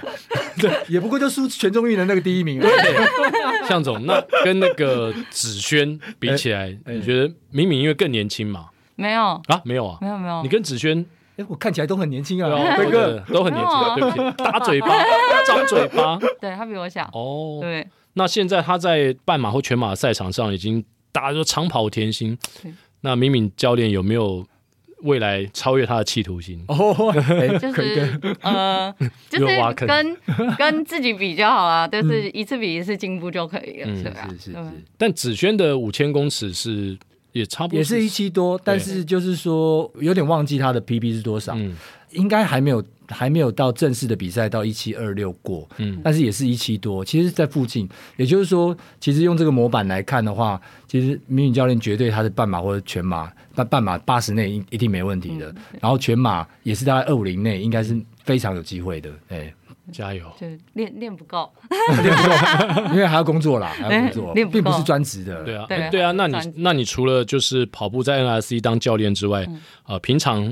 Speaker 4: 也不过就输全中运的那个第一
Speaker 5: <laughs>
Speaker 4: 名而已，
Speaker 1: 向总，那跟那个子轩比起来，
Speaker 4: 哎
Speaker 1: 你觉得敏敏因为更年轻嘛？
Speaker 5: 没有，
Speaker 1: 啊，没有啊
Speaker 5: 没，有，没有
Speaker 1: 你，跟子轩
Speaker 4: 哎，我看起来都很年轻
Speaker 1: 对
Speaker 4: 啊，
Speaker 1: 啊，
Speaker 4: <laughs> 辉
Speaker 1: 对
Speaker 4: 哥，
Speaker 1: 都很年轻啊，
Speaker 5: 没有
Speaker 1: 对不起，打嘴巴，张嘴巴，
Speaker 5: 对他比我小，
Speaker 1: 哦， <laughs>
Speaker 5: 对，
Speaker 1: 那现在他在半马或全马赛场上已经大家都长跑甜心
Speaker 5: 对，
Speaker 1: 那敏敏教练有没有未来超越他的企图心？
Speaker 4: 哦，哎
Speaker 5: 就
Speaker 4: 辉哥
Speaker 5: 是
Speaker 1: <laughs>
Speaker 5: 呃，就
Speaker 1: 又挖
Speaker 5: 是
Speaker 1: 坑
Speaker 5: 跟
Speaker 1: <laughs>
Speaker 5: 跟自己比较好啊，就是一次比一次进步就可以了，
Speaker 1: 嗯
Speaker 5: 对吧？
Speaker 4: 是是
Speaker 5: 对
Speaker 4: 是。
Speaker 1: 但子轩的五千公尺是也差不多
Speaker 4: 也是一七多，但是就是说有点忘记他的 PB 是多少，
Speaker 1: 嗯
Speaker 4: 应该还没有还没有到正式的比赛到一七二六过，
Speaker 1: 嗯
Speaker 4: 但是也是一七多，其实在附近。也就是说，其实用这个模板来看的话，其实明宇教练绝对他是半马或者全马，半半马八十内一一定没问题
Speaker 5: 嗯
Speaker 4: 的，然后全马也是大概二五零内，应该是非常有机会的，哎，
Speaker 1: 加油。
Speaker 5: 就练练不够，
Speaker 4: 因为还要工作啦，还要工
Speaker 5: <laughs>
Speaker 4: 作，
Speaker 5: 哎练不
Speaker 4: 并不是
Speaker 5: 够
Speaker 4: 专职的，
Speaker 1: 对啊，
Speaker 5: 对
Speaker 1: 哎对啊，那你
Speaker 5: 转
Speaker 1: 那你除了就是跑步在 NRC 当教练之外，呃，平常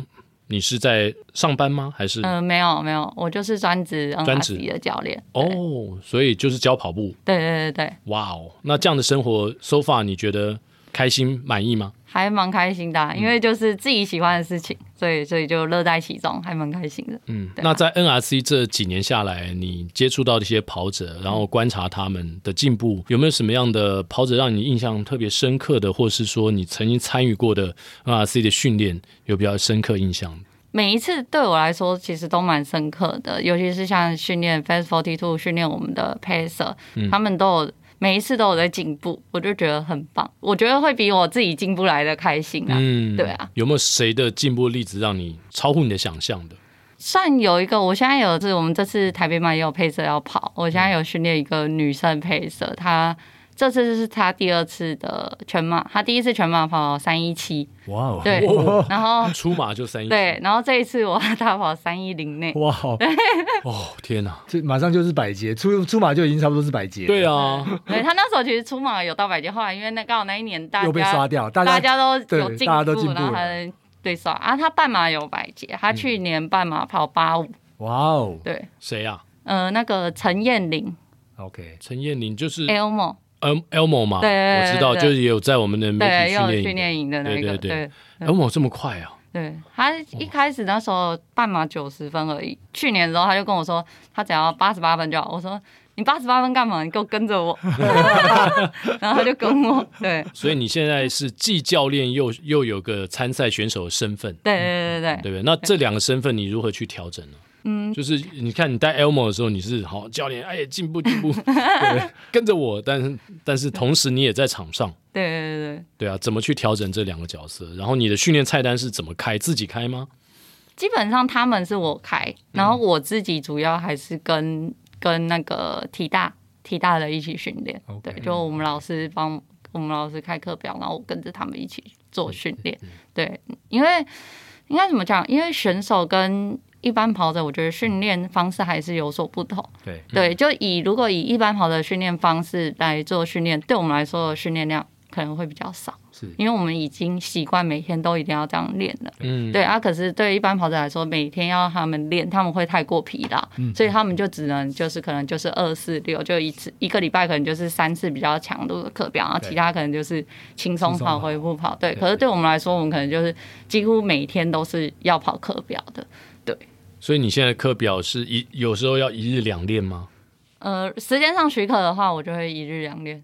Speaker 1: 你是在上班吗？还是、
Speaker 5: 嗯、没有没有，我就是专职
Speaker 1: 专职
Speaker 5: NRC 的教练。对
Speaker 1: 哦？所以就是教跑步，
Speaker 5: 对对对对，
Speaker 1: 哇哦！那这样的生活 so far 你觉得开心满意吗？
Speaker 5: 还蛮开心的啊、因为就是自己喜欢的事情，所以所以就乐在其中，还蛮开心的。
Speaker 1: 嗯，
Speaker 5: 对啊
Speaker 1: 那在 NRC 这几年下来，你接触到的一些跑者，然后观察他们的进步，有没有什么样的跑者让你印象特别深刻的，或是说你曾经参与过的 NRC 的训练有比较深刻印象？
Speaker 5: 每一次对我来说，其实都蛮深刻的，尤其是像训练 Fast Forty Two 训练我们的 Pacer，、他们都有每一次都有在进步，我就觉得很棒。我觉得会比我自己进步来的开心啊。
Speaker 1: 嗯
Speaker 5: 对啊，
Speaker 1: 有没有谁的进步例子让你超乎你的想
Speaker 5: <laughs>
Speaker 1: 象的？
Speaker 5: 算有一个，我现在有是我们这次台北马也有配色要跑，我现在有训练一个女生配色，她这次是她第二次的全马，她第一次全马跑三一七，
Speaker 2: 哇哦，
Speaker 5: 对，然后
Speaker 1: 出马就三一，
Speaker 5: 对，，然后这一次我 <laughs> 让她跑三一零内，
Speaker 4: 哇，
Speaker 1: 哦天
Speaker 5: <laughs>
Speaker 1: 哪，
Speaker 4: 这马上就是百节，出出马就已经差不多是百节。
Speaker 1: 对，啊，
Speaker 5: 对她那时候其实出马有到百级，后来因为那刚好那一年大家
Speaker 4: 又被刷掉，大
Speaker 5: 大
Speaker 4: 家
Speaker 5: 家都
Speaker 4: 对
Speaker 5: 有进
Speaker 4: 大家都
Speaker 5: 步，
Speaker 4: 进步
Speaker 5: 然后
Speaker 4: 了
Speaker 5: 还对刷啊，她半马有百级，她去年半马跑八五，
Speaker 4: 哇哦
Speaker 5: 对，
Speaker 1: 谁啊？
Speaker 5: 呃，那个陈燕玲
Speaker 4: ，OK，
Speaker 1: 陈燕玲就是
Speaker 4: 嗯
Speaker 5: Elmo，
Speaker 1: El Elmo 嘛，
Speaker 5: 哎对对对
Speaker 1: 我知道，
Speaker 5: 对
Speaker 1: 就是也有在我们的媒
Speaker 5: 对，
Speaker 1: 体
Speaker 5: 又有
Speaker 1: 训
Speaker 5: 训
Speaker 1: 练
Speaker 5: 练
Speaker 1: 营
Speaker 5: 营的那
Speaker 1: 对
Speaker 5: 个
Speaker 1: 对对
Speaker 5: 对。
Speaker 1: 的。Elmo 这么快啊？
Speaker 5: 对他一开始那时候半马九十分而已，去年的时候他就跟我说，他只要八十八分就好。我说你八十八分干嘛？你给我跟着我， <laughs> 然后他就跟我，对
Speaker 1: 所以你现在是既教练又又有个参赛选手的身份，
Speaker 5: 对对对对对，
Speaker 1: 对不对？那这两个身份你如何去调整呢？嗯，就是你看你带 Elmo 的时候，你是好教练，哎，进步进步，对，跟着我，但是但是同时你也在场上，
Speaker 5: 对对对，
Speaker 1: 对啊，怎么去调整这两个角色？然后你的训练菜单是怎么开？自己开吗？
Speaker 5: 基本上他们是我开，然后我自己主要还是跟跟那个体大体大的一起训练
Speaker 4: OK
Speaker 5: 对，就我们老师帮我们老师开课表，然后我跟着他们一起做训练，对，因为应该怎么讲？因为选手跟一般跑者，我觉得训练方式还是有所不同。
Speaker 4: 对，
Speaker 5: 对，就以如果以一般跑的训练方式来做训练，对我们来说训练量可能会比较少，
Speaker 4: 是
Speaker 5: 因为我们已经习惯每天都一定要这样练了。
Speaker 1: 嗯，
Speaker 5: 对啊，可是对一般跑者来说，每天要他们练，他们会太过疲劳，所以他们就只能就是可能就是二四六，就一次一个礼拜可能就是三次比较强度的课表，然后
Speaker 4: 对
Speaker 5: 其他可能就是轻松
Speaker 4: 轻松
Speaker 5: 跑、
Speaker 4: 跑
Speaker 5: 恢复跑。对，
Speaker 4: 对
Speaker 5: 可是对我们来说，我们可能就是几乎每天都是要跑课表的。
Speaker 1: 所以你现在的课表是一有时候要一日两练吗？
Speaker 5: 呃，时间上许可的话，我就会一日两练。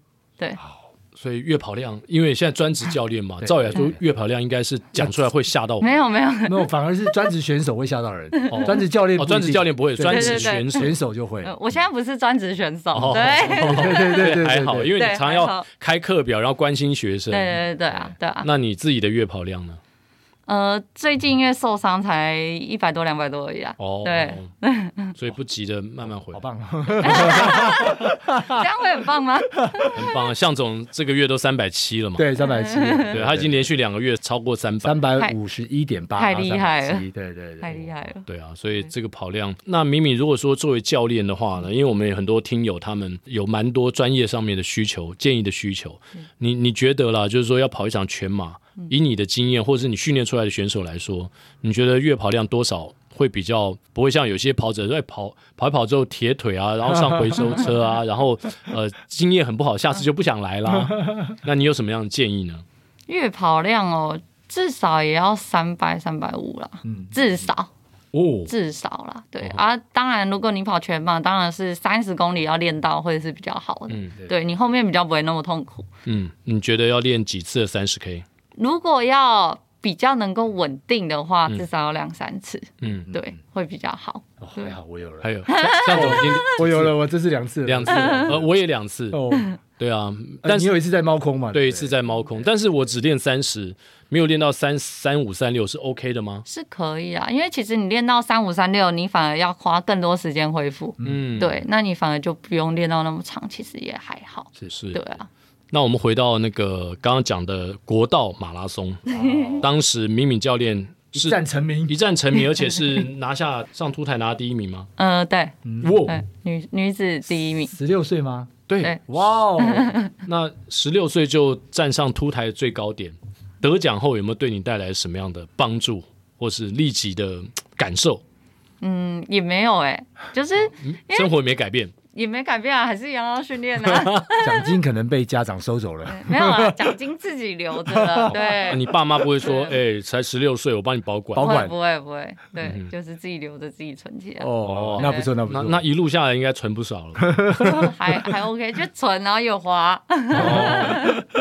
Speaker 1: 所以月跑量，因为现在专职教练嘛，
Speaker 4: 对
Speaker 1: 照理来说月跑量应该是讲出来会吓到我。
Speaker 5: 没有没有，
Speaker 4: 没有，反而是专职选手会吓到人
Speaker 1: <laughs> 哦，
Speaker 4: 专职教练不
Speaker 1: 哦，
Speaker 4: 一定
Speaker 1: 专职教练不会，
Speaker 4: 对
Speaker 1: 专职
Speaker 5: 对对对
Speaker 1: 选手
Speaker 4: 选手就会，
Speaker 5: 呃我现在不是专职选手，
Speaker 1: 哦
Speaker 5: 对
Speaker 4: 对 <laughs> 对对对，
Speaker 1: 还好，因为你
Speaker 5: 对
Speaker 1: 常
Speaker 5: 还
Speaker 1: 要
Speaker 5: 好
Speaker 1: 开课表，然后关心学生
Speaker 5: 对。对对对啊对啊。
Speaker 1: 那你自己的月跑量呢？
Speaker 5: 呃，最近因为受伤才一百多两百多而已
Speaker 1: <laughs>
Speaker 5: 啊。
Speaker 1: 哦，
Speaker 5: 对，
Speaker 1: 所以不急着慢慢回
Speaker 5: <laughs>
Speaker 4: 好
Speaker 1: 来，
Speaker 4: 棒，哦
Speaker 5: 这样会很棒吗？ <laughs>
Speaker 1: 很棒啊。向总这个月都三百七了嘛？
Speaker 4: 对，三百七，
Speaker 1: <laughs> 对，他已经连续两个月超过三百。
Speaker 4: 三百五十一点八，
Speaker 5: 太厉害了
Speaker 4: 370对对对，
Speaker 5: 太厉害了。
Speaker 1: 对啊，所以这个跑量，那敏敏如果说作为教练的话呢，因为我们有很多听友，他们有蛮多专业上面的需求、建议的需求，你你觉得啦，就是说要跑一场全马，以你的经验或者是你训练出来的选手来说，你觉得月跑量多少会比较不会像有些跑者在哎跑跑一跑之后铁腿啊，然后上回收车啊，然后呃经验很不好，下次就不想来啦。那你有什么样的建议呢？
Speaker 5: 月跑量哦，至少也要三百三百五啦，
Speaker 4: 嗯
Speaker 5: 至少
Speaker 1: 哦，
Speaker 5: 至少啦，对、啊。当然，如果你跑全马，当然是三十公里要练到会是比较好的，
Speaker 1: 嗯
Speaker 5: 对你后面比较不会那么痛苦。
Speaker 1: 嗯，你觉得要练几次的三十 K？
Speaker 5: 如果要比较能够稳定的话，
Speaker 1: 嗯
Speaker 5: 至少要两三次，
Speaker 1: 嗯，
Speaker 5: 对，会比较好。
Speaker 4: 哦，还好我有了
Speaker 1: 还，有向总已经。
Speaker 4: 我有了，我这是两次了，
Speaker 1: 两次，
Speaker 5: 嗯
Speaker 1: 呃，我也两次，
Speaker 4: 哦，
Speaker 1: 对啊，
Speaker 4: 但
Speaker 1: 但
Speaker 4: 你
Speaker 1: 是
Speaker 4: 有一次在猫空嘛？
Speaker 1: 对
Speaker 4: 不
Speaker 1: 一次在猫空，但是我只练三十，没有练到三三五三六是 OK 的吗？
Speaker 5: 是可以啊，因为其实你练到三五三六，你反而要花更多时间恢复，
Speaker 1: 嗯，，
Speaker 5: 对，那你反而就不用练到那么长，其实也还好，
Speaker 1: 是是，
Speaker 5: 对啊。
Speaker 1: 那我们回到那个刚刚讲的国道马拉
Speaker 4: <laughs>
Speaker 1: 松，当时敏敏教练
Speaker 4: 啊一
Speaker 1: 是
Speaker 4: 战成名
Speaker 1: 一，战成
Speaker 4: <laughs>
Speaker 1: 名，而且是拿下上凸台拿第一名吗？
Speaker 5: 呃，对，
Speaker 4: 嗯
Speaker 1: 哇，
Speaker 5: 对，女女子第一名，
Speaker 4: 十六岁吗？
Speaker 1: 对
Speaker 5: 对，
Speaker 4: 哇哦，
Speaker 1: 那十六岁就站上凸台最高点，得奖后有没有对你带来什么样的帮助，或是立即的嘖感受？
Speaker 5: 嗯，也没有哎、就是
Speaker 1: 生活也没改变，
Speaker 5: 也没改变啊，还是一样要训练啊，
Speaker 4: 奖金可能被家长收走了。
Speaker 5: 没有啊，奖金自己留着了，对
Speaker 1: 啊，你爸妈不会说，哎、才十六岁，我帮你保管。
Speaker 4: 保
Speaker 5: 不会
Speaker 4: 管
Speaker 5: 不会不会，对，就是自己留着自己存起来，
Speaker 4: 哦，那不错，那不
Speaker 1: 那
Speaker 4: 错，
Speaker 1: 那一路下来应该存不少
Speaker 4: <laughs>
Speaker 1: 了。
Speaker 5: 还还 OK，就存然后有花， <laughs>
Speaker 1: 哦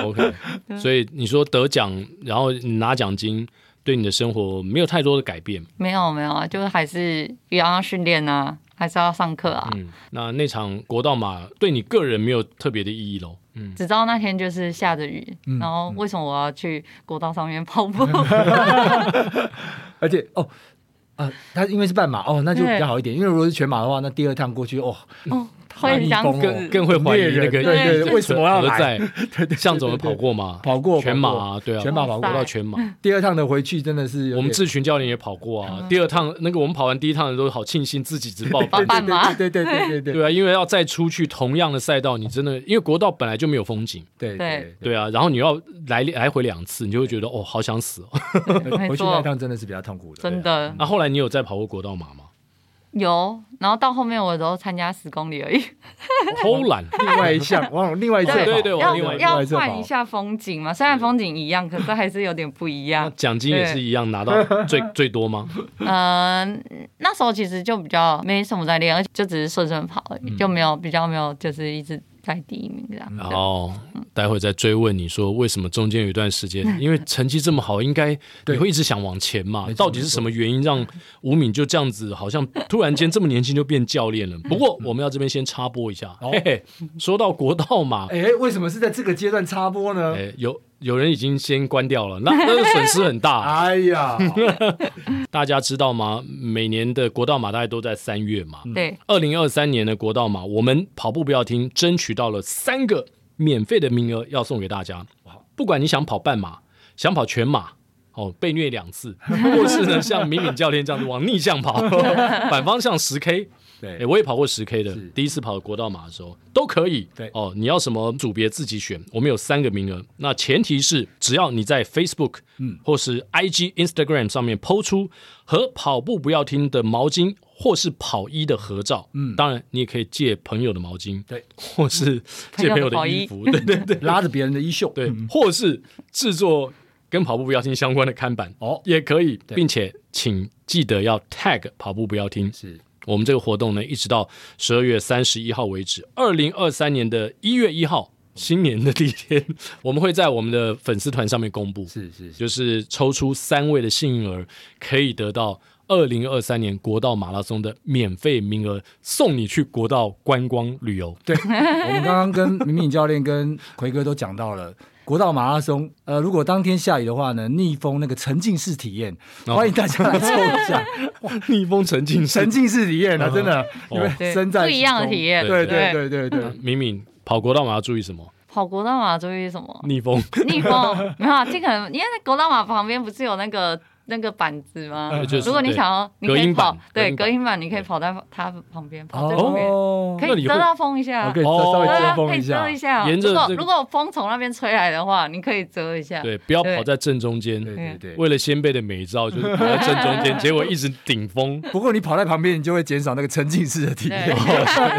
Speaker 1: ，OK，所以你说得奖，然后你拿奖金，对你的生活没有太多的改变。
Speaker 5: 没有没有啊，就是还是一样要训练啊，还是要上课啊。
Speaker 1: 嗯，那那场国道马对你个人没有特别的意义喽。嗯，
Speaker 5: 只知道那天就是下着雨，
Speaker 4: 嗯
Speaker 5: 然后为什么我要去国道上面
Speaker 4: <laughs>
Speaker 5: 跑步？
Speaker 4: 而且哦。啊，它因为是半马哦，那就比较好一点。因为如果是全马的话，那第二趟过去哦，
Speaker 5: 哦，会很想
Speaker 4: 逆风哦
Speaker 5: 死。
Speaker 1: 更会怀疑那个
Speaker 4: 对对对
Speaker 1: 对
Speaker 4: 为什么要来
Speaker 1: 在向总有跑过吗？
Speaker 4: 跑过
Speaker 1: 全马啊，对啊，
Speaker 4: 全马跑嗯
Speaker 1: 跑
Speaker 4: 过
Speaker 5: 哇塞
Speaker 1: 到全马。
Speaker 4: 第二趟的回去真的是有点
Speaker 1: 我们志群教练也跑过啊。第二趟那个我们跑完第一趟的都好庆幸自己只报
Speaker 5: 报
Speaker 1: 半。
Speaker 5: 半马
Speaker 4: 对对对对对
Speaker 1: 对啊，因为要再出去同样的赛道，你真的因为国道本来就没有风景，
Speaker 4: 对对
Speaker 5: 对
Speaker 1: 对啊，然后你要来来回两次，你就会觉得哦，好想死
Speaker 4: 嗯
Speaker 1: 哦。
Speaker 4: 对，回
Speaker 5: 没
Speaker 4: 去那
Speaker 5: 错
Speaker 4: 一，趟真的是比较痛苦的，
Speaker 5: 真
Speaker 4: 对啊。
Speaker 5: 的
Speaker 1: 那后来你有再跑过国道
Speaker 4: <laughs>
Speaker 1: 马吗？
Speaker 5: 有。然后到后面我都参加十公里而已，
Speaker 1: 偷懒，
Speaker 4: 另外一项，往另外一侧
Speaker 5: 对
Speaker 4: 跑
Speaker 1: 对对往
Speaker 5: 要
Speaker 1: 另外一
Speaker 5: 要
Speaker 4: 侧跑
Speaker 5: 换一下风景嘛。虽然风景一样，可是还是有点不一
Speaker 1: 那
Speaker 4: <laughs>
Speaker 5: 样。
Speaker 1: 奖金也是一样拿到最最多吗？
Speaker 5: 嗯，那时候其实就比较没什么在练，而且就只是顺顺跑而
Speaker 4: 嗯
Speaker 5: 已，就没有比较没有就是一直在第一名这样。
Speaker 1: 然后待会再追问你说为什么中间有一段时
Speaker 4: <laughs>
Speaker 1: 间，因为成绩这么好，应该你
Speaker 4: 对
Speaker 1: 会一直想往前嘛？
Speaker 4: 没错
Speaker 1: 到底是什么原因让吴敏就这样子，好像突然间这么年轻就变教练了？不过我们要这边先插播一下，嘿嘿，说到国道嘛，
Speaker 4: 哎，为什么是在这个阶段插播呢？
Speaker 1: 哎，有有人已经先关掉了，那那个损失很
Speaker 4: <laughs>
Speaker 1: 大。
Speaker 4: 哎呀，
Speaker 1: 大家知道吗？每年的国道马大概都在三月嘛，
Speaker 5: 对，
Speaker 1: 二零二三年的国道马，我们跑步不要停，争取到了三个免费的名额要送给大家。不管你想跑半马，想跑全马。哦，被虐两 <laughs> 次，或是呢，像敏敏教练这样子往逆向 <laughs> 跑，反方向十 K，哎、
Speaker 4: 对，
Speaker 1: 我也跑过十 K 的
Speaker 4: 是，
Speaker 1: 第一次跑国道马的时候都可以。
Speaker 4: 对
Speaker 1: 哦，你要什么组别自己选，我们有三个名额。那前提是只要你在 Facebook 嗯或是 IG、Instagram 上面抛出和跑步不要听的毛巾或是跑衣的合照。嗯，当然你也可以借朋友的毛巾，
Speaker 4: 对，
Speaker 1: 或是借朋友的衣服，对对对
Speaker 4: 拉着别人的衣袖，
Speaker 1: 对，或是制作跟跑步不要听相关的看板
Speaker 4: 哦
Speaker 1: 也可以，
Speaker 4: 对
Speaker 1: 并且请记得要 tag 跑步不要听。
Speaker 4: 是
Speaker 1: 我们这个活动呢，一直到十二月三十一号为止。二零二三年的一月一号，新年的第一天，我们会在我们的粉丝团上面公布，
Speaker 4: 是是是，
Speaker 1: 就是抽出三位的幸运儿，可以得到二零二三年国道马拉松的免费名额，送你去国道观光旅游。
Speaker 4: 对， <laughs> 我们刚刚跟敏敏教练跟奎哥都讲到了。 <laughs> 国道马拉松，呃，如果当天下雨的话呢，逆风那个沉浸式体验，
Speaker 1: 哦
Speaker 4: 欢迎大家来抽一 <laughs> 下。
Speaker 1: 逆风沉浸
Speaker 4: 沉浸式体验啊，真的，因为
Speaker 5: 对
Speaker 4: 身在
Speaker 5: 不一样的
Speaker 4: 其中
Speaker 5: 体验
Speaker 4: 对对
Speaker 5: 对
Speaker 4: 对对对，
Speaker 1: 敏敏跑国道马要注意什么？
Speaker 5: 跑国道啊马注意什么？
Speaker 1: 逆风，
Speaker 5: <laughs> 逆风没有啊，这可能因为国道马旁边不是有那个那个板子吗
Speaker 1: 呃就是？
Speaker 5: 如果你想要，你可
Speaker 1: 隔
Speaker 5: 以
Speaker 1: 音板
Speaker 5: 跑，对，
Speaker 1: 隔
Speaker 5: 隔
Speaker 1: 音
Speaker 5: 音板你可以跑在它旁边，跑在旁边，
Speaker 4: 哦
Speaker 5: 可
Speaker 1: 那你
Speaker 5: 以
Speaker 1: 会
Speaker 5: 遮到风一下。
Speaker 4: 可以
Speaker 5: 对
Speaker 1: 哦
Speaker 4: 稍微
Speaker 5: 啊
Speaker 4: 遮
Speaker 5: 可
Speaker 4: 风
Speaker 5: 以
Speaker 4: 一下
Speaker 5: 遮一，下。
Speaker 1: 沿着
Speaker 5: 如果
Speaker 1: 这个
Speaker 5: 如果风从那边吹来的话，你可以遮一下。
Speaker 1: 对，不要跑在正中间。
Speaker 4: 对对对。
Speaker 1: 为了先辈的美
Speaker 4: <laughs>
Speaker 1: 照，就是跑在正中间，结果一直顶风。
Speaker 4: 不过你跑在旁边，你就会减少那个沉浸式的体验
Speaker 5: 对。 <laughs>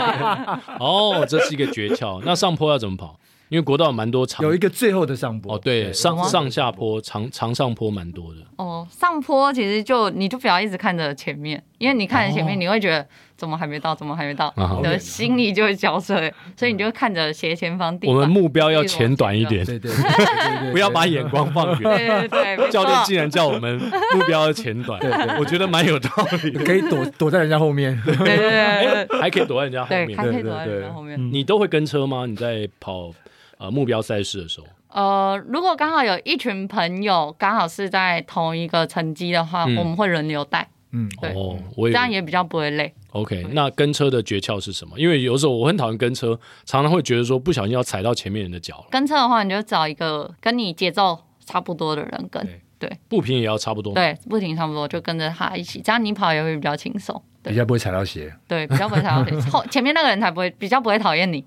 Speaker 1: 哦，这是一个诀窍。那上坡要怎么跑？因为国道蛮多长
Speaker 4: 有一个最后的上坡
Speaker 1: 哦，对，
Speaker 5: 有
Speaker 1: 上
Speaker 5: 吗
Speaker 1: 上下坡长长上坡蛮多的。
Speaker 5: 哦，上坡其实就你就不要一直看着前面，因为你看着前面，你会觉得怎么还没到，怎么还没到，
Speaker 1: 啊好
Speaker 5: 你的心里就会交瘁，所以你就会看着斜前方地
Speaker 1: 我
Speaker 5: 板。
Speaker 1: 们目标要前短一点，
Speaker 4: 对 <laughs> 对对对对，
Speaker 1: 不要把眼光放远。
Speaker 5: 对对
Speaker 1: <laughs>
Speaker 5: 对，没错
Speaker 1: 教练竟然叫我
Speaker 5: <laughs>
Speaker 1: 们目标要前短，我觉得蛮有道理
Speaker 4: <laughs>
Speaker 1: 的，
Speaker 4: 可以躲躲在人家后 <laughs> 面。
Speaker 5: 对对对对
Speaker 1: 还可以躲在人家后
Speaker 5: 对，对，
Speaker 1: 面
Speaker 5: 看。可以躲
Speaker 4: 对
Speaker 5: 在
Speaker 4: 对
Speaker 5: 人
Speaker 4: 对
Speaker 5: 家后面。
Speaker 1: 你都会跟车吗？你在跑呃目标赛事的时候，
Speaker 5: 呃，如果刚好有一群朋友刚好是在同一个层级的话，
Speaker 1: 嗯
Speaker 5: 我们会轮流带，
Speaker 4: 嗯，
Speaker 5: 对
Speaker 1: 哦，我也
Speaker 5: 这样也比较不会累。
Speaker 1: OK。那
Speaker 5: 嗯
Speaker 1: 跟车的诀窍是什么？因为有时候我很讨厌跟车，常常会觉得说不小心要踩到前面人的脚了。
Speaker 5: 跟车的话，你就找一个跟你节奏差不多的人跟，对
Speaker 1: 步频也要差不多，
Speaker 5: 对，不停差不多就跟着他一起，这样你跑也会比较轻松。
Speaker 4: 比较不会踩到鞋，
Speaker 5: 对，比较不会踩到谁，后 <laughs> 前面那个人才不会，比较不会讨厌你。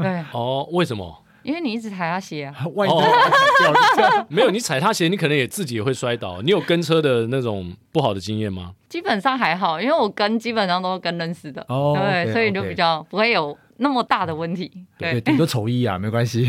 Speaker 5: 对，
Speaker 1: 哦，为什么？
Speaker 5: 因为你一直踩他鞋啊。
Speaker 4: 万一
Speaker 1: 哦
Speaker 4: 踩掉了，
Speaker 1: 没有，你踩他鞋，你可能也自己也会摔倒。你有跟车的那种不好的经验
Speaker 5: <laughs>
Speaker 1: 吗？
Speaker 5: 基本上还好，因为我跟基本上都是跟认识的，
Speaker 4: 哦
Speaker 5: 对，
Speaker 4: OK，
Speaker 5: 所以就
Speaker 4: OK
Speaker 5: 比较不会有那么大的问题。
Speaker 4: 对，
Speaker 5: 对，
Speaker 4: 顶多
Speaker 1: <laughs>
Speaker 4: 丑衣啊，没关系。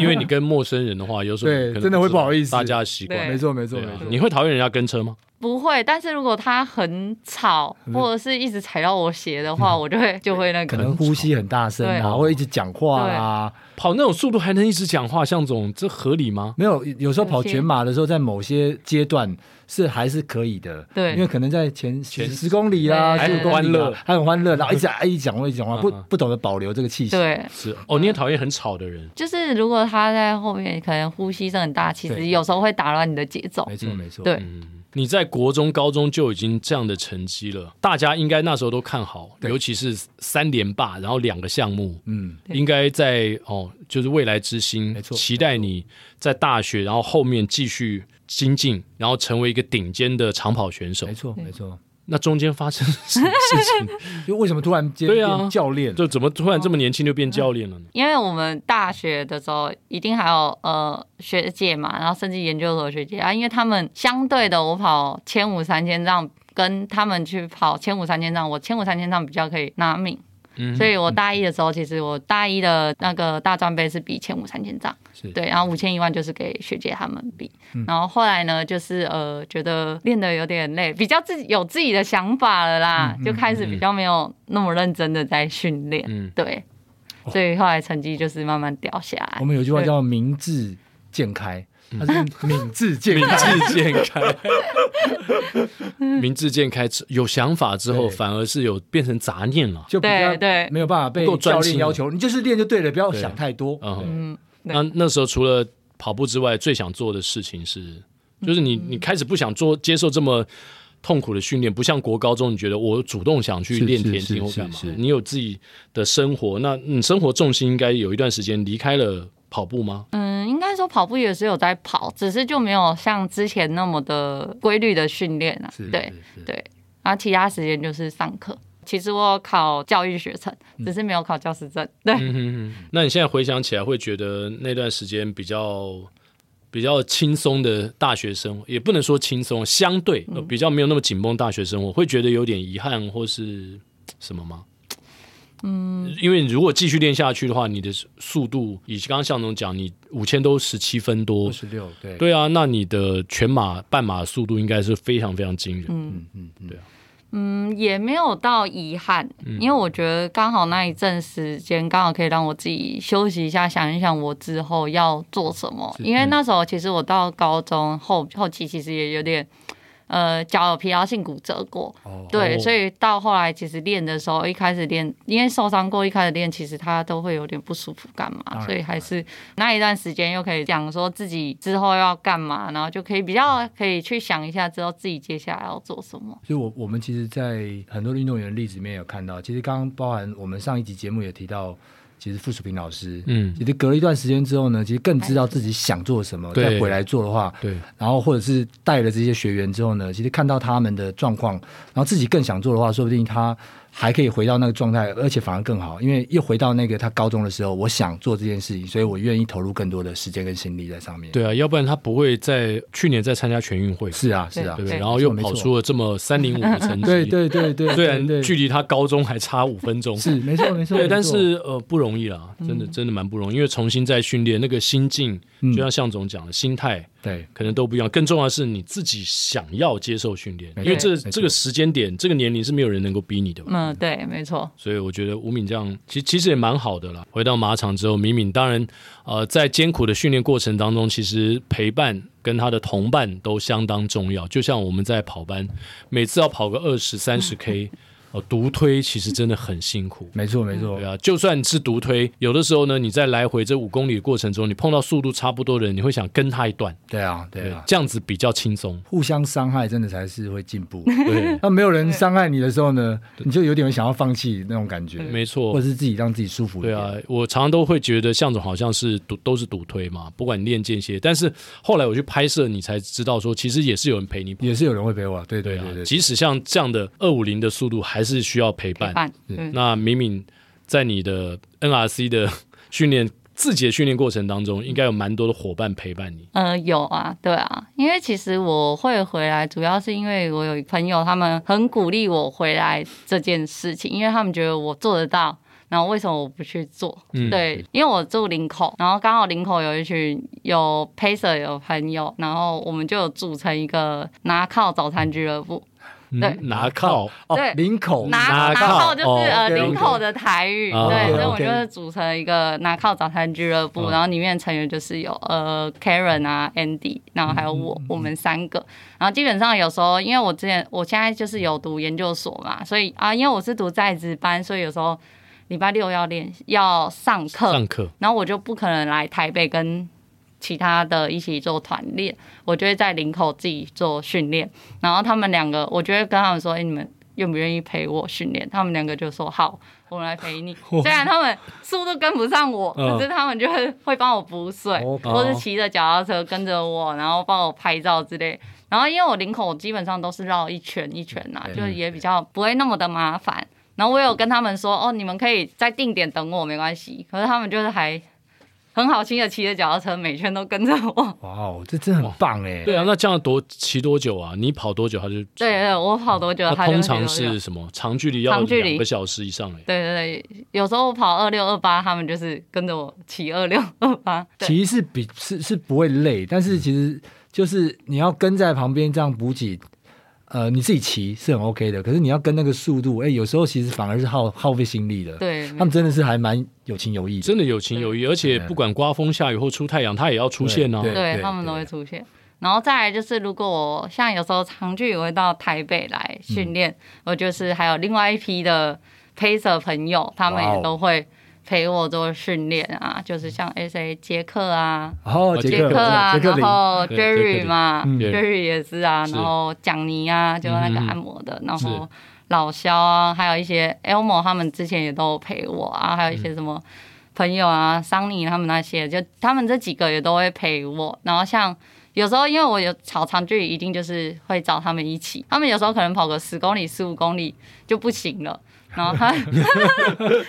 Speaker 1: 因为你跟陌生人的话，有时候
Speaker 4: 对
Speaker 1: 可能
Speaker 4: 真的会不好意思
Speaker 1: 大家的习惯
Speaker 5: 对。
Speaker 4: 哦没错没错
Speaker 1: 对
Speaker 4: 没
Speaker 1: 啊
Speaker 4: 错，，
Speaker 1: 你会讨厌人家跟车吗？
Speaker 5: 不会。但是如果他很吵，或者是
Speaker 4: <laughs>
Speaker 5: 一直踩到我鞋的话，我就会就会那
Speaker 4: 嗯可
Speaker 5: 个。
Speaker 4: 能呼吸很大声
Speaker 5: 对
Speaker 4: 啊，或者一直讲话啊，
Speaker 1: 跑那种速度还能一直讲话，向总这合理吗？
Speaker 4: 没有，有时候跑
Speaker 5: 有些
Speaker 4: 全马的时候，在某些阶段是还是可以的，
Speaker 5: 对
Speaker 4: 因为可能在前
Speaker 1: 前哎
Speaker 4: 前十公里啊，
Speaker 5: 对
Speaker 4: 十五公
Speaker 1: 还很欢
Speaker 4: 里啊
Speaker 1: 乐，
Speaker 4: 还很欢乐，然后一直啊一直讲话一直讲话，不
Speaker 1: 嗯嗯
Speaker 4: 不懂得保留这个气息。
Speaker 5: 对，
Speaker 1: 是哦，你也讨厌很吵的人，
Speaker 5: 就是如果他在后面可能呼吸声很大，其实
Speaker 4: 对
Speaker 5: 有时候会打乱你的节奏
Speaker 4: 没。错没错。
Speaker 5: 对
Speaker 1: 嗯，你在国中、高中就已经这样的成绩了，大家应该那时候都看好，
Speaker 4: 对
Speaker 1: 尤其是三连霸，然后两个项目，
Speaker 4: 嗯，
Speaker 5: 对
Speaker 1: 应该在哦，就是未来之星，
Speaker 4: 没错
Speaker 1: 期待你在大学，然后后面继续精进，然后成为一个顶尖的长跑选手
Speaker 4: 没。错没错。
Speaker 1: 那中间发生了什么事
Speaker 4: <laughs>
Speaker 1: 情？
Speaker 4: 就为什么突然间
Speaker 1: 对啊
Speaker 4: 变教练？
Speaker 1: 就怎么突然这么年轻就变教练了呢？
Speaker 5: 因为我们大学的时候一定还有呃学姐嘛，然后甚至研究所学姐啊，因为他们相对的，我跑千五三千障跟他们去跑千五三千障，我千五三千障比较可以拿名，
Speaker 4: 哦
Speaker 1: 嗯，
Speaker 5: 所以我大一的时候，其实我大一的那个大专杯是比千五三千障
Speaker 1: 是，嗯
Speaker 5: 对，然后五千一万就是给学姐他们比，然后后来呢，就是呃觉得练的有点累，比较自己有自己的想法了啦，就开始比较没有那么认真的在训练，
Speaker 1: 嗯
Speaker 5: 对，所以后来成绩就是慢慢掉下来
Speaker 4: 我。们有句话叫“明智渐开”，它是敏智健
Speaker 1: 嗯 <laughs> 明
Speaker 4: 开。
Speaker 1: 智健开，明智健开有想法之后，
Speaker 4: 对
Speaker 1: 反而是有变成杂念了。
Speaker 4: 就比较
Speaker 5: 对对
Speaker 4: 没有办法被
Speaker 1: 不够专
Speaker 4: 教
Speaker 1: 心
Speaker 4: 练
Speaker 1: 了
Speaker 4: 要求，你就是练就对了，不要
Speaker 1: 对
Speaker 4: 想太多。
Speaker 1: 嗯，
Speaker 5: 嗯，对
Speaker 1: 那那时候除了跑步之外，最想做的事情是，就是你你开始不想做接受这么痛苦的训练，不像国高中，你觉得我主动想去
Speaker 4: 是
Speaker 1: 练
Speaker 4: 是
Speaker 1: 田径
Speaker 4: 是
Speaker 1: 或干嘛
Speaker 4: 是是，
Speaker 1: 你有自己的生活，那你生活重心应该有一段时间离开了跑步吗？
Speaker 5: 嗯，应该说跑步也是有在跑，只是就没有像之前那么的规律的训练啊。对对，然后其他时间就是上课。其实我有考教育学程，只是没有考教师证。对，
Speaker 1: 嗯哼哼，那你现在回想起来，会觉得那段时间比较比较轻松的大学生活，也不能说轻松，相对、
Speaker 4: 嗯
Speaker 1: 呃比较没有那么紧绷。大学生活会觉得有点遗憾或是什么吗？嗯，因为你如果继续练下去的话，你的速度，以及刚刚向总讲，你五千都十七分多
Speaker 4: 二，十六，对，
Speaker 1: 对啊，那你的全马、半马速度应该是非常非常惊人。
Speaker 5: 嗯
Speaker 4: 嗯嗯，
Speaker 5: 嗯，也没有到遗憾，因为我觉得刚好那一阵时间刚好可以让我自己休息一下，想一想我之后要做什么。因为那时候其实我到高中后后期其实也有点。呃，脚有疲劳性骨折过，对，所以到后来其实练的时候，一开始练，因为受伤过，一开始练其实他都会有点不舒服，干嘛？所以还是那一段时间又可以讲说自己之后要干嘛，然后就可以比较可以去想一下之后自己接下来要做什么。
Speaker 4: 所以我我们其实，在很多的运动员的例子里面有看到，其实刚刚包含我们上一集节目也提到，其实傅淑平老师，
Speaker 1: 嗯
Speaker 4: 其实隔了一段时间之后呢，其实更知道自己想做什么，
Speaker 1: 对
Speaker 4: 再回来做的话，
Speaker 1: 对，
Speaker 4: 然后或者是带了这些学员之后呢，其实看到他们的状况，然后自己更想做的话，说不定他还可以回到那个状态，而且反而更好，因为又回到那个他高中的时候，我想做这件事情，所以我愿意投入更多的时间跟心力在上面。，
Speaker 1: 对啊，要不然他不会在去年在参加全运会。
Speaker 4: 是啊，是啊
Speaker 1: 对，不对？
Speaker 5: 对
Speaker 1: 然后又
Speaker 4: 没错
Speaker 1: 跑出了这么三零五的成绩，
Speaker 4: <laughs> 对对对对，啊
Speaker 1: 虽
Speaker 4: 对
Speaker 1: 然
Speaker 4: 对
Speaker 1: 距离他高中还差五分钟，
Speaker 4: 是没错没错，
Speaker 1: 对，
Speaker 4: 没错
Speaker 1: 但是呃不容易啦，真的真的蛮不容易，因为重新再训练那个心境，
Speaker 4: 嗯
Speaker 1: 就像向总讲的，心态
Speaker 4: 对
Speaker 1: 可能都不一样。更重要的是你自己想要接受训练，
Speaker 4: 没
Speaker 1: 因
Speaker 4: 错
Speaker 1: 为这
Speaker 4: 没错
Speaker 1: 这个时间点、这个年龄是没有人能够逼你的嘛。
Speaker 5: 嗯，对，没错。
Speaker 1: 所以我觉得吴敏这样，其其实也蛮好的啦。回到马场之后，敏敏当然，呃，在艰苦的训练过程当中，其实陪伴跟他的同伴都相当重要。就像我们在跑班，每次要跑个二十三十
Speaker 4: <laughs>
Speaker 1: K，呃，独推其实真的很辛苦。
Speaker 4: 没错没错
Speaker 1: 对，啊，就算是独推，有的时候呢，你在来回这五公里的过程中，你碰到速度差不多的人，你会想跟他一段，
Speaker 4: 对啊对啊，
Speaker 1: 这样子比较轻
Speaker 4: <laughs>
Speaker 1: 松。
Speaker 4: 互相伤害真的才是会进 <laughs> 步。
Speaker 1: 对，
Speaker 4: 那没有人伤害你的时候呢，你就有点想要放弃那种感觉，
Speaker 1: 没错，
Speaker 4: 或者是自己让自己舒服一
Speaker 1: 对
Speaker 4: 点。
Speaker 1: 啊，我常常都会觉得向总好像是赌都是赌推嘛，不管你练间歇，但是后来我去拍摄，你才知道说其实也是有人陪你跑。
Speaker 4: 也是有人会陪我，对对
Speaker 1: 啊
Speaker 4: 对，对，
Speaker 1: 即使像这样的二五零的速度，还是需要陪伴。
Speaker 5: 陪伴，嗯，
Speaker 1: 那敏敏在你的 NRC 的训练自己的训练过程当
Speaker 4: 嗯
Speaker 1: 中，应该有蛮多的伙伴陪伴你。
Speaker 5: 呃，有啊，对啊，因为其实我会回来，主要是因为我有朋友，他们很鼓励我回来这件事情，因为他们觉得我做得到，然后为什么我不去做？
Speaker 1: 嗯
Speaker 5: 对，因为我住林口，然后刚好林口有一群有 Pacer 有朋友，然后我们就有组成一个拿靠早餐俱乐部。
Speaker 4: 嗯
Speaker 5: 对
Speaker 1: 拿靠
Speaker 5: 对
Speaker 4: 哦，林口
Speaker 5: 拿
Speaker 1: 拿
Speaker 5: 拿
Speaker 1: 靠
Speaker 5: 靠就是
Speaker 1: 哦
Speaker 5: 呃
Speaker 4: OK，OK
Speaker 5: 林口的台语，
Speaker 1: 哦
Speaker 5: 对，所以我
Speaker 4: OK
Speaker 5: 就是组成一个拿靠早餐俱乐部，
Speaker 1: 哦
Speaker 5: 然后里面成员就是有呃 Karen 啊 Andy，然后还有我，我们三个，然后基本上有时候因为我之前我现在就是有读研究所嘛，所以啊，因为我是读在职班，所以有时候礼拜六要练要上课，
Speaker 1: 上课，
Speaker 4: 嗯
Speaker 5: 然后我就不可能来台北跟其他的一起做团练，我就会在林口自己做训练。然后他们两个，我就会跟他们说：“哎、你们愿不愿意陪我训练？”他们两个就说：“好，我们来陪你。”虽然他们速度跟不上我，
Speaker 1: 嗯
Speaker 5: 可是他们就会会帮我补水，
Speaker 4: 哦
Speaker 5: 或是骑着脚踏车跟着我，然后帮我拍照之类。然后因为我林口基本上都是绕一圈一圈呐、啊，
Speaker 4: 嗯
Speaker 5: 就也比较不会那么的麻烦。然后我有跟他们说，哦，你们可以在定点等我，没关系。可是他们就是还很好心的骑着脚踏车，每圈都跟着
Speaker 4: <laughs>
Speaker 5: 我。
Speaker 4: 哇哦，这真的很棒哎！
Speaker 1: 对啊，那这样多骑多久啊？你跑多久他就？
Speaker 5: 对对，我跑多久，
Speaker 1: 那
Speaker 5: 他就
Speaker 1: 通
Speaker 5: 会
Speaker 1: 常
Speaker 5: 骑多久
Speaker 1: 是什么？长距离要
Speaker 5: 长距离
Speaker 1: 两个小时以上哎。
Speaker 5: 对对对，有时候我跑二六二八，他们就是跟着我骑二六二八。对
Speaker 4: 其实是比是是不会累，但是其实就是你要跟在旁边这样补给，呃，你自己骑是很 OK 的，可是你要跟那个速度，哎，有时候其实反而是耗耗费心力的。
Speaker 5: 对，
Speaker 4: 他们真的是还蛮有情有义的。
Speaker 1: 真的有情有义，而且不管刮风下雨或出太阳，它也要出现哦、
Speaker 4: 对
Speaker 5: 对他们都会出现。然后再来就是，如果我像有时候长距离我会到台北来训练，我就是还有另外一批的 pacer 朋友，他们
Speaker 4: 哇哦
Speaker 5: 也都会陪我做训练啊，就是像 S A 杰克啊。
Speaker 4: 哦，
Speaker 1: 哦
Speaker 4: 杰
Speaker 1: 杰
Speaker 4: 克，
Speaker 5: 克啊，
Speaker 4: 杰克
Speaker 5: 然
Speaker 4: 林，
Speaker 5: 后
Speaker 1: 对杰克林
Speaker 5: Jerry 嘛
Speaker 4: 嗯
Speaker 5: ，Jerry 也是啊，
Speaker 1: 是
Speaker 5: 然后蒋尼啊，就是那个
Speaker 1: 嗯嗯
Speaker 5: 按摩的，然
Speaker 1: 是
Speaker 5: 后老肖啊，还有一些 Elmo 他们之前也都有陪我啊，还有一些什
Speaker 4: 嗯
Speaker 5: 么朋友啊，桑尼他们那些，就他们这几个也都会陪我。然后像有时候因为我有跑长距离，一定就是会找他们一起，他们有时候可能跑个十公里、十五公里就不行了。然后
Speaker 4: <laughs>
Speaker 5: 他， <laughs>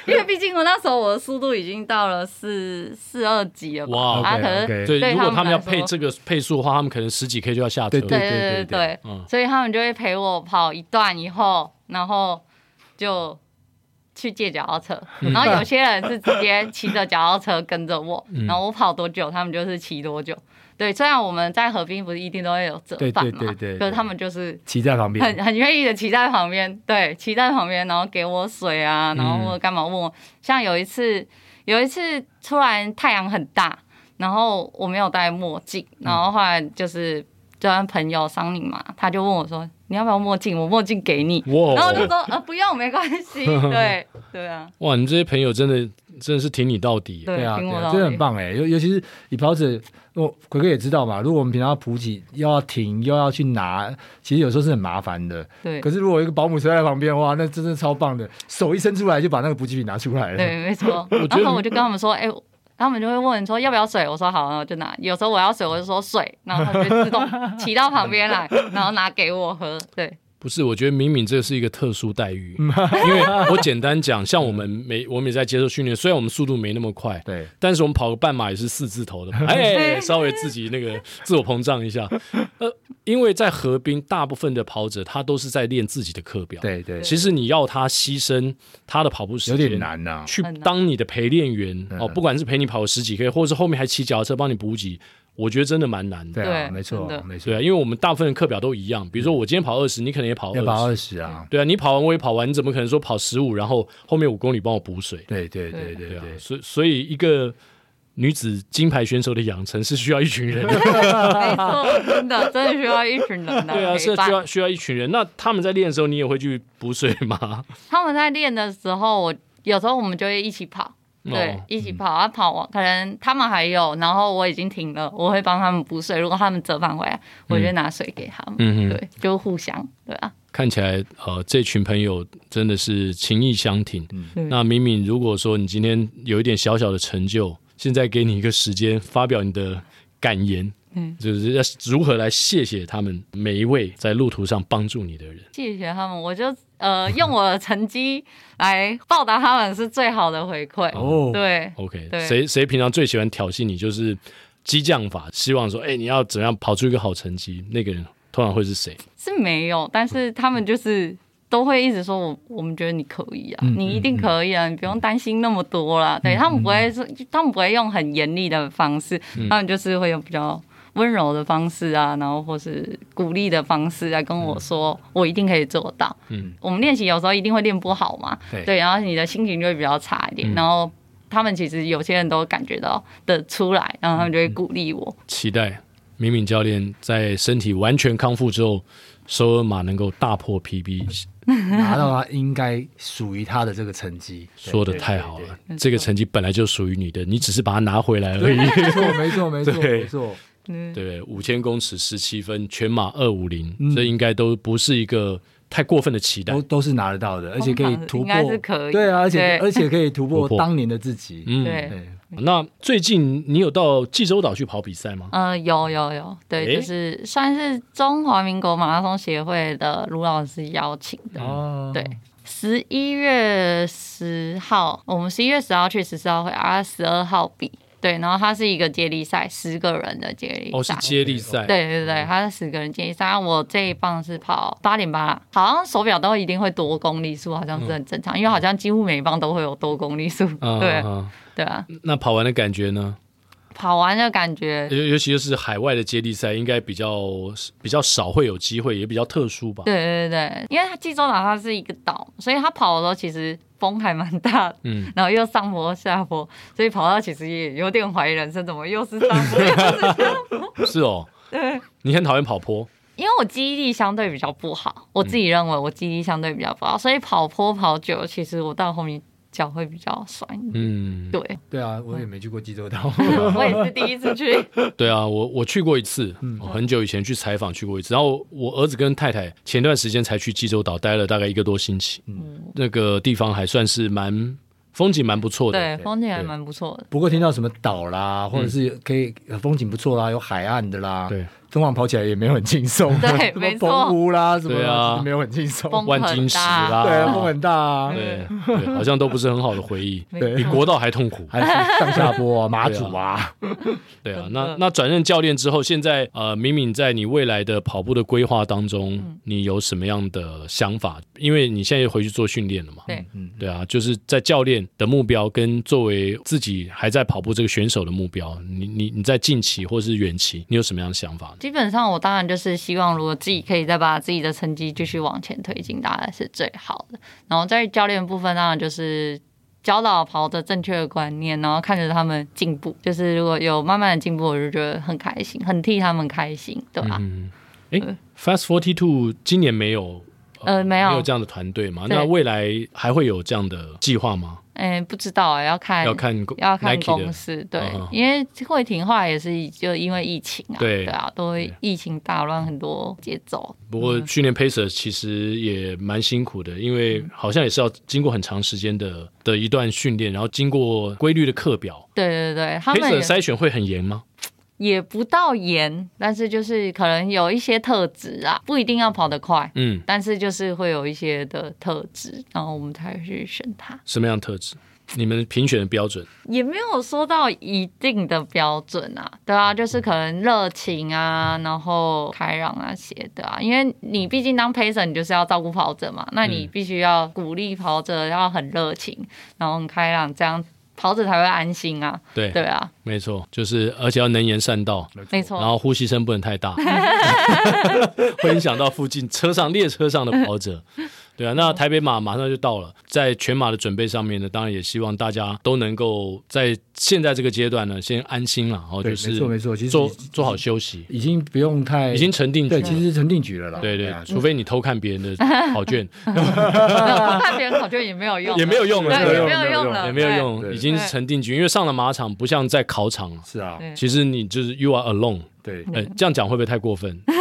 Speaker 5: 因为毕竟我那时候我的速度已经到了四四二级了吧，
Speaker 1: 哇
Speaker 5: 啊，可
Speaker 4: OK，OK
Speaker 5: 是
Speaker 1: 所以
Speaker 5: 对
Speaker 1: 如果他们要
Speaker 5: 他们来
Speaker 1: 配
Speaker 5: 说
Speaker 1: 这个配速的话，他们可能十几 K 就要下车。
Speaker 4: 对
Speaker 5: 对
Speaker 4: 对
Speaker 5: 对
Speaker 4: 对
Speaker 5: 对对，
Speaker 1: 嗯
Speaker 5: 所以他们就会陪我跑一段以后，然后就去借脚踏车，然后有些人是直接骑着脚踏车跟着我，然后我跑多久，他们就是骑多久。对，虽然我们在河滨不是一定都会有折
Speaker 4: 对对
Speaker 5: 返
Speaker 4: 对
Speaker 5: 嘛
Speaker 4: 对，对
Speaker 5: 可是他们就是
Speaker 4: 骑在旁边，
Speaker 5: 很很愿意的骑在旁边，对，骑在旁边，然后给我水啊，然后或者干嘛问我。像有一次，有一次突然太阳很大，然后我没有戴墨镜，然后后来就是就跟朋友桑尼嘛，他就问我说：“你要不要墨镜？我墨镜给你。”
Speaker 4: 哦
Speaker 5: 然后我就
Speaker 1: 哇
Speaker 5: 说：“呃，不用，没关系。”对对啊，
Speaker 1: 哇，你这些朋友真的真的是挺你到底。
Speaker 5: 对
Speaker 4: 对啊，
Speaker 5: 听
Speaker 4: 对
Speaker 5: 我
Speaker 4: 啊，
Speaker 5: 到
Speaker 4: 真的很
Speaker 5: 底
Speaker 4: 棒哎，尤尤其是以跑者，我奎哥也知道嘛，如果我们平常要补给，又要停，又要去拿，其实有时候是很麻烦的。
Speaker 5: 对
Speaker 4: 可是如果有一个保姆车在旁边，哇，那真的超棒的，手一伸出来就把那个补给品拿出来了。
Speaker 5: 对，
Speaker 1: <laughs>
Speaker 5: 没错。
Speaker 1: 觉得
Speaker 5: 然后我就跟他们说：“哎、他们就会问说要不要水，我说好，然后我就拿。有时候我要水，我就说水，然后他们就自动
Speaker 1: <laughs>
Speaker 5: 骑到旁边来，然后拿给我喝。对，
Speaker 1: 不是，我觉得敏敏这是一个特殊待
Speaker 5: <laughs>
Speaker 1: 遇，因为我简单讲，像我们每我们也在接受训练，虽然我们速度没那么快，
Speaker 4: 对，
Speaker 1: 但是我们跑个半马也是四字
Speaker 5: <laughs>
Speaker 1: 头的嘛，哎，稍微自己那个自我膨胀一下。呃，因为在河滨，大部分的跑者他都是在练自己的课表，
Speaker 4: 对对，
Speaker 1: 其实你要他牺牲他的跑步时
Speaker 4: 有
Speaker 1: 间，
Speaker 4: 点难啊嗯呐、
Speaker 1: 去
Speaker 5: 很难
Speaker 1: 当你的陪练员哦，不管是陪你跑十几 K，或者是后面还骑脚踏车帮你补给，我觉得真的蛮难的。
Speaker 4: 对啊，
Speaker 5: 对
Speaker 4: 没错
Speaker 5: 真的，
Speaker 4: 没错
Speaker 1: 对，啊，因为我们大部分的课表都一样，比如说我今天跑二十，你可能也跑
Speaker 4: 要跑
Speaker 1: 二
Speaker 4: 二
Speaker 1: 十。
Speaker 4: 十啊。
Speaker 1: 对啊，你跑完我也跑完，你怎么可能说跑十五，然后后面五公里帮我补水？
Speaker 4: 对对对对
Speaker 1: 对啊
Speaker 4: 对，，
Speaker 1: 所以所以一个女子金牌选手的养成是需要一群人
Speaker 5: <laughs>
Speaker 1: 的，
Speaker 5: 没错，真的真的需要一群人的
Speaker 1: 对啊，是
Speaker 5: 陪伴
Speaker 1: 需。要需要一群人。那他们在练的时候，你也会去补水吗？
Speaker 5: 他们在练的时候，我有时候我们就会一起跑，对，
Speaker 1: 哦
Speaker 5: 一起跑啊跑完，可能他们还有，然后我已经停了，我会帮他们补水。如果他们折返回来，我就拿水给他们。
Speaker 1: 嗯哼
Speaker 5: 对，就互相，对啊，
Speaker 1: 看起来呃，这群朋友真的是情谊相挺。
Speaker 5: 嗯
Speaker 1: 那敏敏，如果说你今天有一点小小的成就，现在给你一个时间发表你的感言，
Speaker 5: 嗯，
Speaker 1: 就是要如何来谢谢他们每一位在路途上帮助你的人。
Speaker 5: 谢谢他们，我就呃用我的成绩来报答他们是最好的回馈。
Speaker 4: 哦，
Speaker 5: 对，
Speaker 1: OK，
Speaker 5: 对
Speaker 1: 谁谁平常最喜欢挑衅你，就是激将法，希望说，哎、你要怎样跑出一个好成绩？那个人通常会是谁？
Speaker 5: 是没有，但是他们就是都会一直说我，我们觉得你可以啊，
Speaker 4: 嗯
Speaker 5: 你一定可以啊，你不用担心那么多啦。对他们不会说，他们不会用很严厉的方式，他们就是会用比较。温柔的方式啊，然后或是鼓励的方式啊来跟我说，我一定可以做到。
Speaker 1: 嗯，
Speaker 5: 我们练习有时候一定会练不好嘛，
Speaker 2: 对
Speaker 5: 然后你的心情就会比较差一点，
Speaker 1: 嗯
Speaker 5: 然后。他们其实有些人都感觉到的出来，然后他们就会鼓励我。
Speaker 1: 期待敏敏教练在身体完全康复之后，首尔马能够大破 PB，
Speaker 4: 拿到他应该属于他的这个成绩。
Speaker 5: <laughs>
Speaker 4: 对
Speaker 1: 说的太好了，这个成绩本来就属于你的，你只是把它拿回来而已。
Speaker 4: 没错，没错，没错，
Speaker 1: 对
Speaker 4: 没错。
Speaker 5: 嗯，
Speaker 1: 对，五千公尺十七分，全马二五零，
Speaker 4: 嗯
Speaker 1: 这应该都不是一个太过分的期待
Speaker 4: 都。都是拿得到的，而且可以突
Speaker 5: 应
Speaker 4: 破，
Speaker 5: 该是可以
Speaker 4: 对啊，而且
Speaker 5: 对
Speaker 4: 而且可以突破
Speaker 1: 突破
Speaker 4: 当年的自己。
Speaker 1: 嗯，
Speaker 5: 对
Speaker 4: 对，
Speaker 1: 那最近你有到济州岛去跑比赛吗？
Speaker 5: 呃，有有有，对，
Speaker 1: 诶
Speaker 5: 就是算是中华民国马拉松协会的卢老师邀请的。
Speaker 4: 哦
Speaker 5: 嗯对，十一月十号，我们十一月十号去，十四号会，啊，十二号比。对，然后它是一个接力赛，十个人的接力
Speaker 1: 哦，是
Speaker 5: 赛。
Speaker 1: 接力赛。哦
Speaker 5: 对对对，它是十个人接力赛。然后我这一棒是跑八点八啦，好像手表都一定会多公里数，好像是很正常，因为好像几乎每一棒都会有多公里数。
Speaker 1: 嗯，
Speaker 5: <laughs> 对
Speaker 1: 嗯
Speaker 5: 对啊，
Speaker 1: 嗯那跑完的感觉呢？
Speaker 5: 跑完的感觉
Speaker 1: 尤尤其就是海外的接力赛，应该比较比较少会有机会，也比较特殊吧。
Speaker 5: 对对对，因为它济州岛它是一个岛，所以它跑的时候其实风还蛮大的，
Speaker 1: 嗯，
Speaker 5: 然后又上坡下坡，所以跑到其实也有点怀疑人生，怎么又是上
Speaker 1: <laughs>
Speaker 5: 坡？又是
Speaker 1: 是哦。你很讨厌跑坡，
Speaker 5: 因为我记忆力相对比较不好，我自己认为我记忆力相对比较不好，所以跑坡跑久了，其实我到后面脚会比较酸。
Speaker 1: 嗯，
Speaker 5: 对，
Speaker 4: 对啊，我也没去过济州岛。
Speaker 5: 嗯我也是第一次
Speaker 1: <laughs>
Speaker 5: 去，
Speaker 1: 对啊，我我去过一次，
Speaker 4: 嗯
Speaker 1: 我很久以前去采访去过一次，然后我儿子跟太太前段时间才去济州岛待了大概一个多星期，
Speaker 5: 嗯
Speaker 1: 那个地方还算是蛮风景蛮不错的，
Speaker 5: 对，风景还蛮不错的。
Speaker 4: <laughs> 不过听到什么岛啦，或者是可以呃风景不错啦，有海岸的啦，，
Speaker 1: 对，
Speaker 4: 中网跑起来也没有很轻松。啊
Speaker 5: 对
Speaker 4: 什么
Speaker 5: 没错
Speaker 4: 澎湖啦，什么
Speaker 1: 对啊
Speaker 4: 其实没有很轻松。
Speaker 5: 风
Speaker 1: 万金石啦，
Speaker 4: 对啊，风很大啊，
Speaker 1: 对对，好像都不是很好的回
Speaker 4: <laughs>
Speaker 1: 忆，
Speaker 5: 没
Speaker 4: 对
Speaker 1: 比国道还痛苦。
Speaker 4: 还是上下坡啊，马祖啊，
Speaker 1: 对啊，
Speaker 5: 真的
Speaker 1: 那那转任教练之后，现在呃，敏敏在你未来的跑步的规划当中，你有什么样的想法？因为你现在回去做训练了嘛，
Speaker 5: 对
Speaker 4: 嗯，
Speaker 1: 对啊，就是在教练的目标跟作为自己还在跑步这个选手的目标，你你你在近期或是远期，你有什么样的想法呢？
Speaker 5: 基本上，我当然就是希望，如果自己可以再把自己的成绩继续往前推进，当然是最好的。然后在教练部分，当然就是教导跑者正确的观念，然后看着他们进步，就是如果有慢慢的进步，我就觉得很开心，很替他们开心，对啊吧、
Speaker 1: 嗯，哎，Fast Forty Two 今年没有。
Speaker 5: 呃没有
Speaker 1: 没有这样的团队嘛？
Speaker 5: 对
Speaker 1: 那未来还会有这样的计划吗？
Speaker 5: 哎、不知道、要看
Speaker 1: 要看
Speaker 5: 要看
Speaker 1: Nike
Speaker 5: 公
Speaker 1: 的，
Speaker 5: 司，对
Speaker 1: 嗯哼，
Speaker 5: 因为会停话也是就因为疫情啊，
Speaker 1: 对
Speaker 5: 啊，都会
Speaker 1: 对
Speaker 5: 疫情打乱很多节奏，
Speaker 1: 不过训练 pacer 其实也蛮辛苦的，因为
Speaker 5: 嗯
Speaker 1: 好像也是要经过很长时间的的一段训练，然后经过规律的课表。
Speaker 5: 对对对，他们
Speaker 1: pacer
Speaker 5: 也
Speaker 1: 的筛选会很严吗？
Speaker 5: 也不到严，但是就是可能有一些特质啊，不一定要跑得快，
Speaker 1: 嗯，
Speaker 5: 但是就是会有一些的特质，然后我们才会去选它，
Speaker 1: 什么样的特质？你们评选的标准？
Speaker 5: 也没有说到一定的标准啊，对啊，就是可能热情啊，然后开朗那些的啊，因为你毕竟当陪审，你就是要照顾跑者嘛，那你必须要鼓励跑者要很热情，然后很开朗，这样跑者才会安心啊，
Speaker 1: 对，
Speaker 5: 对啊，
Speaker 1: 没错，就是而且要能言善道，
Speaker 5: 没
Speaker 1: 然
Speaker 5: 错，
Speaker 1: 后呼吸声不能太大，会影响到附近车上列车上的跑者。对啊，那台北马马上就到了，在全马的准备上面呢，当然也希望大家都能够在现在这个阶段呢，先安心了，哦，
Speaker 4: 对
Speaker 1: 就是
Speaker 4: 没错没错其实
Speaker 1: 做
Speaker 4: 已
Speaker 1: 做好休息，
Speaker 4: 已经不用太，
Speaker 1: 已经成定局
Speaker 4: 对，
Speaker 1: 了。
Speaker 4: 其实是成定局了啦。
Speaker 1: 对对
Speaker 4: 啊，
Speaker 1: 除非你偷看别人的考
Speaker 4: <laughs>
Speaker 1: 卷，
Speaker 5: 没有看别人考卷也没有用，
Speaker 1: 也没有用了，
Speaker 5: 对，也
Speaker 1: 对
Speaker 5: 没有用了，
Speaker 1: 也没有
Speaker 5: 对。
Speaker 1: 用，
Speaker 4: 对
Speaker 1: 已经是成定局，因为上了马场不像在考场了。
Speaker 4: 是啊，
Speaker 5: 对
Speaker 1: 其实你就是 you are alone，
Speaker 4: 对，
Speaker 1: 呃，这样讲会不会太过分？
Speaker 5: 嗯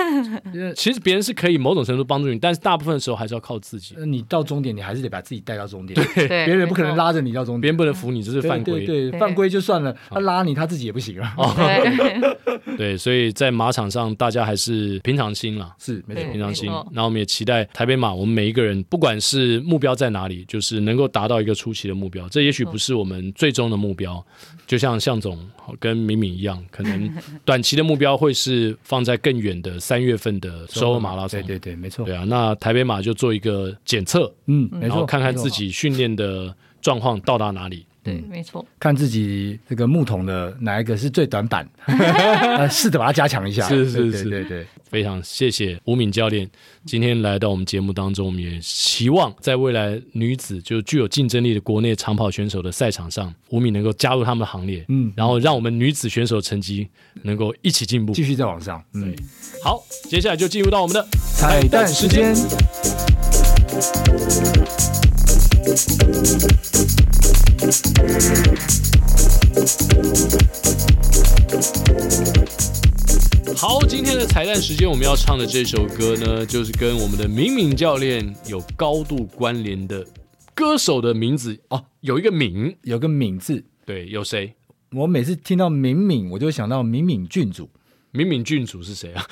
Speaker 1: 其实别人是可以某种程度帮助你，但是大部分的时候还是要靠自己，
Speaker 4: 呃你到终点，你还是得把自己带到终点，<laughs>
Speaker 5: 对，
Speaker 4: 别人不可
Speaker 5: 没
Speaker 4: 能
Speaker 5: 错。
Speaker 4: 拉着你到终
Speaker 1: 别
Speaker 4: 点。
Speaker 1: 人不能扶你，这是犯规。哦
Speaker 4: 对对对，
Speaker 5: 对
Speaker 4: 犯规就算了，他拉你他自己也不行啊。
Speaker 5: 对，
Speaker 1: 对所以在马场上大家还是平常心啦。
Speaker 4: 是，嗯没
Speaker 5: 对
Speaker 4: 错
Speaker 1: 平。常心
Speaker 5: 没错，
Speaker 1: 那我们也期待台北马，我们每一个人不管是目标在哪里，就是能够达到一个出奇的目标。这也许
Speaker 4: 嗯
Speaker 1: 不是我们最终的目标，就像向总跟敏敏一样，可能短期的目标会是放在更远的三月份的首尔马拉松。
Speaker 4: 对对对，没错
Speaker 1: 对。啊，那台北马就做一个检测，
Speaker 4: 嗯，没
Speaker 1: 然后
Speaker 4: 错，
Speaker 1: 看看
Speaker 4: 没错
Speaker 1: 自己训练的状况到达哪里。
Speaker 4: <laughs>
Speaker 6: 对，
Speaker 5: 没错，
Speaker 4: 看自己这个木桶的哪一个是最短
Speaker 1: <laughs>
Speaker 4: 板，呃试着把它加强一下。
Speaker 1: 是是
Speaker 4: 对对
Speaker 1: 是
Speaker 4: 对对，
Speaker 1: 非常谢谢吴敏教练今天来到我们节目当中，我们也期望在未来女子就具有竞争力的国内长跑选手的赛场上，吴敏能够加入他们的行列，
Speaker 4: 嗯
Speaker 1: 然后让我们女子选手成绩能够一起进步
Speaker 4: 继。续再往上。嗯，
Speaker 1: 好，接下来就进入到我们的
Speaker 4: 彩蛋时间。
Speaker 1: 好，今天的彩蛋时间，我们要唱的这首歌呢，就是跟我们的敏敏教练有高度关联的歌手的名字哦，有一个敏，
Speaker 4: 有个敏字，
Speaker 1: 对，有谁？
Speaker 4: 我每次听到敏敏，我就会想到敏敏郡主。
Speaker 1: 敏敏郡主是谁啊？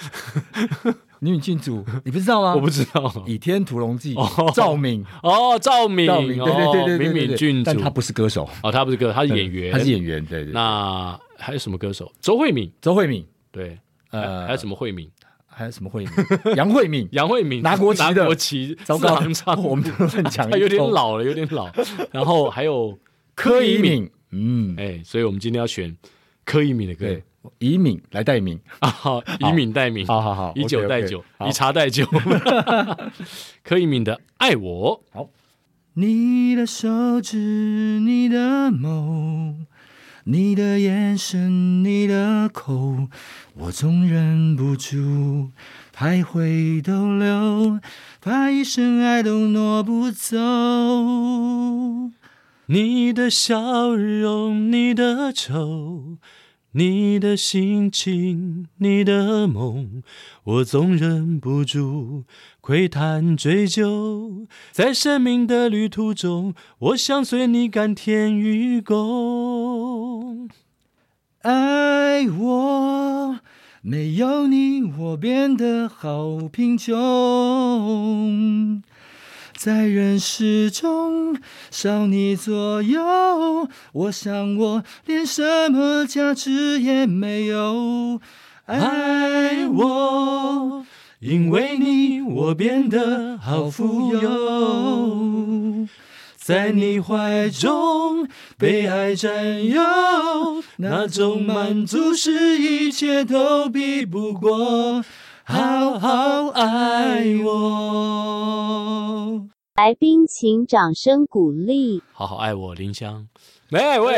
Speaker 4: 敏敏
Speaker 1: <laughs>
Speaker 4: 郡主，你不知道吗？啊
Speaker 1: 我不知道。
Speaker 4: 倚天屠龙记
Speaker 1: 哦》
Speaker 4: 赵
Speaker 1: <laughs>
Speaker 4: 敏，
Speaker 1: 哦，赵敏，
Speaker 4: 赵敏，对对对对对对
Speaker 1: 哦，敏
Speaker 4: 对
Speaker 1: 敏郡主，
Speaker 4: 但他不是歌手，
Speaker 1: 哦，他不是歌，他是演员，
Speaker 4: 他是演员，对对。对
Speaker 1: 那还有什么歌手？周慧敏，
Speaker 4: 周慧敏，
Speaker 1: 对，
Speaker 4: 呃
Speaker 1: 还还有什么慧敏？
Speaker 4: 还有什么慧敏？
Speaker 1: <laughs>
Speaker 4: 杨慧敏，
Speaker 1: 杨慧敏，
Speaker 4: 拿国旗
Speaker 1: <laughs>
Speaker 4: 的
Speaker 1: 拿国旗，
Speaker 4: 糟糕
Speaker 1: 四行唱， <laughs>
Speaker 4: 我们都乱讲一通，
Speaker 1: 他有点老了，有点老。然后还有
Speaker 4: 柯
Speaker 1: 柯
Speaker 4: 以
Speaker 1: 以敏，
Speaker 4: 敏，嗯，
Speaker 1: 哎，所以我们今天要选柯以敏的歌
Speaker 4: 对，以敏来代名，
Speaker 1: 啊， <laughs> 好，以敏代敏，
Speaker 4: 好好好
Speaker 1: 以酒
Speaker 4: OK，OK，
Speaker 1: 代酒，
Speaker 4: 好
Speaker 1: 以茶代
Speaker 4: <laughs>
Speaker 1: 酒。柯以敏的《爱我》，
Speaker 4: 你的手指，你的眸，你的眼神，你的口，我总忍不住徘徊逗留，怕一生爱都挪不走。
Speaker 1: 你的笑容，你的愁，你的心情，你的梦，我总忍不住窥探追究。在生命的旅途中，我想随你甘甜与共。
Speaker 4: 爱我，没有你我变得好贫穷，在人世中少你左右，我想我连什么价值也没有。爱我，因为你我变得好富有。在你怀中被爱占有，那种满足是一切都比不过，好好爱我。
Speaker 7: 来宾请掌声鼓励。
Speaker 1: 好好爱我，林
Speaker 4: <laughs>
Speaker 1: 香。喂喂，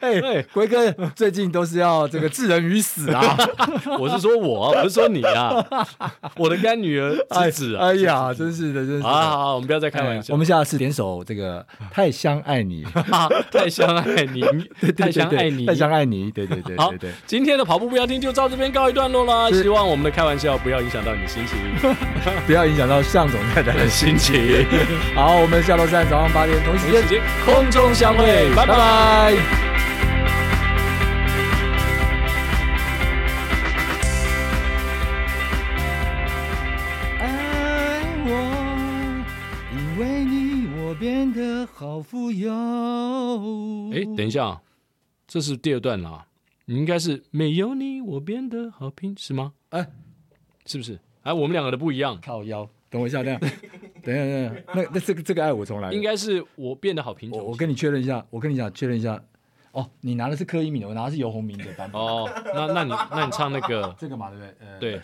Speaker 4: 哎，龟哥最近都是要这个置人于死啊！
Speaker 1: 我是说我，不是说你啊，我的干女儿之子啊。
Speaker 4: 哎呀，真是的，真是
Speaker 1: 好好
Speaker 4: 的。
Speaker 1: 好，我们不要再开玩笑。
Speaker 4: 我们下次联手这个太相爱你，
Speaker 1: 啊， <laughs> 太相爱
Speaker 4: <laughs>
Speaker 1: 你，太相爱你，
Speaker 4: 太相爱你，对对对
Speaker 1: 好
Speaker 4: 对对。，
Speaker 1: 今天的跑步不要听就到这边告一段落啦。
Speaker 4: 是
Speaker 1: 希望我们的开玩笑不要影响到你的心情，
Speaker 4: 不要影响到向总太太的
Speaker 1: <laughs> 心
Speaker 4: 心。
Speaker 1: 情。
Speaker 4: 好，我们下周三早上八点同一时
Speaker 1: 我们
Speaker 4: 间
Speaker 1: 直接空中相会， <laughs> 拜拜。
Speaker 4: 拜。爱我，因为你我变得好富有。
Speaker 1: 哎，等一下啊，这是第二段啊啦，你应该是没有你我变得好拼是吗？
Speaker 4: 哎，
Speaker 1: 是不是？哎，我们两个的不一样，
Speaker 4: 靠腰，等我
Speaker 1: <laughs>
Speaker 4: 一下，等一下，等一下，等一下，那那这个这个爱我重来了。
Speaker 1: 应该是哎我变得好贫
Speaker 4: 我
Speaker 1: 穷
Speaker 4: 我。跟你确认一下，我跟你讲确认一下。哦，你拿的是柯一敏的，我拿的是游鸿明的版本。
Speaker 1: 哦，那那你那你唱那个
Speaker 4: 这个嘛，对不对？呃
Speaker 1: 哦对。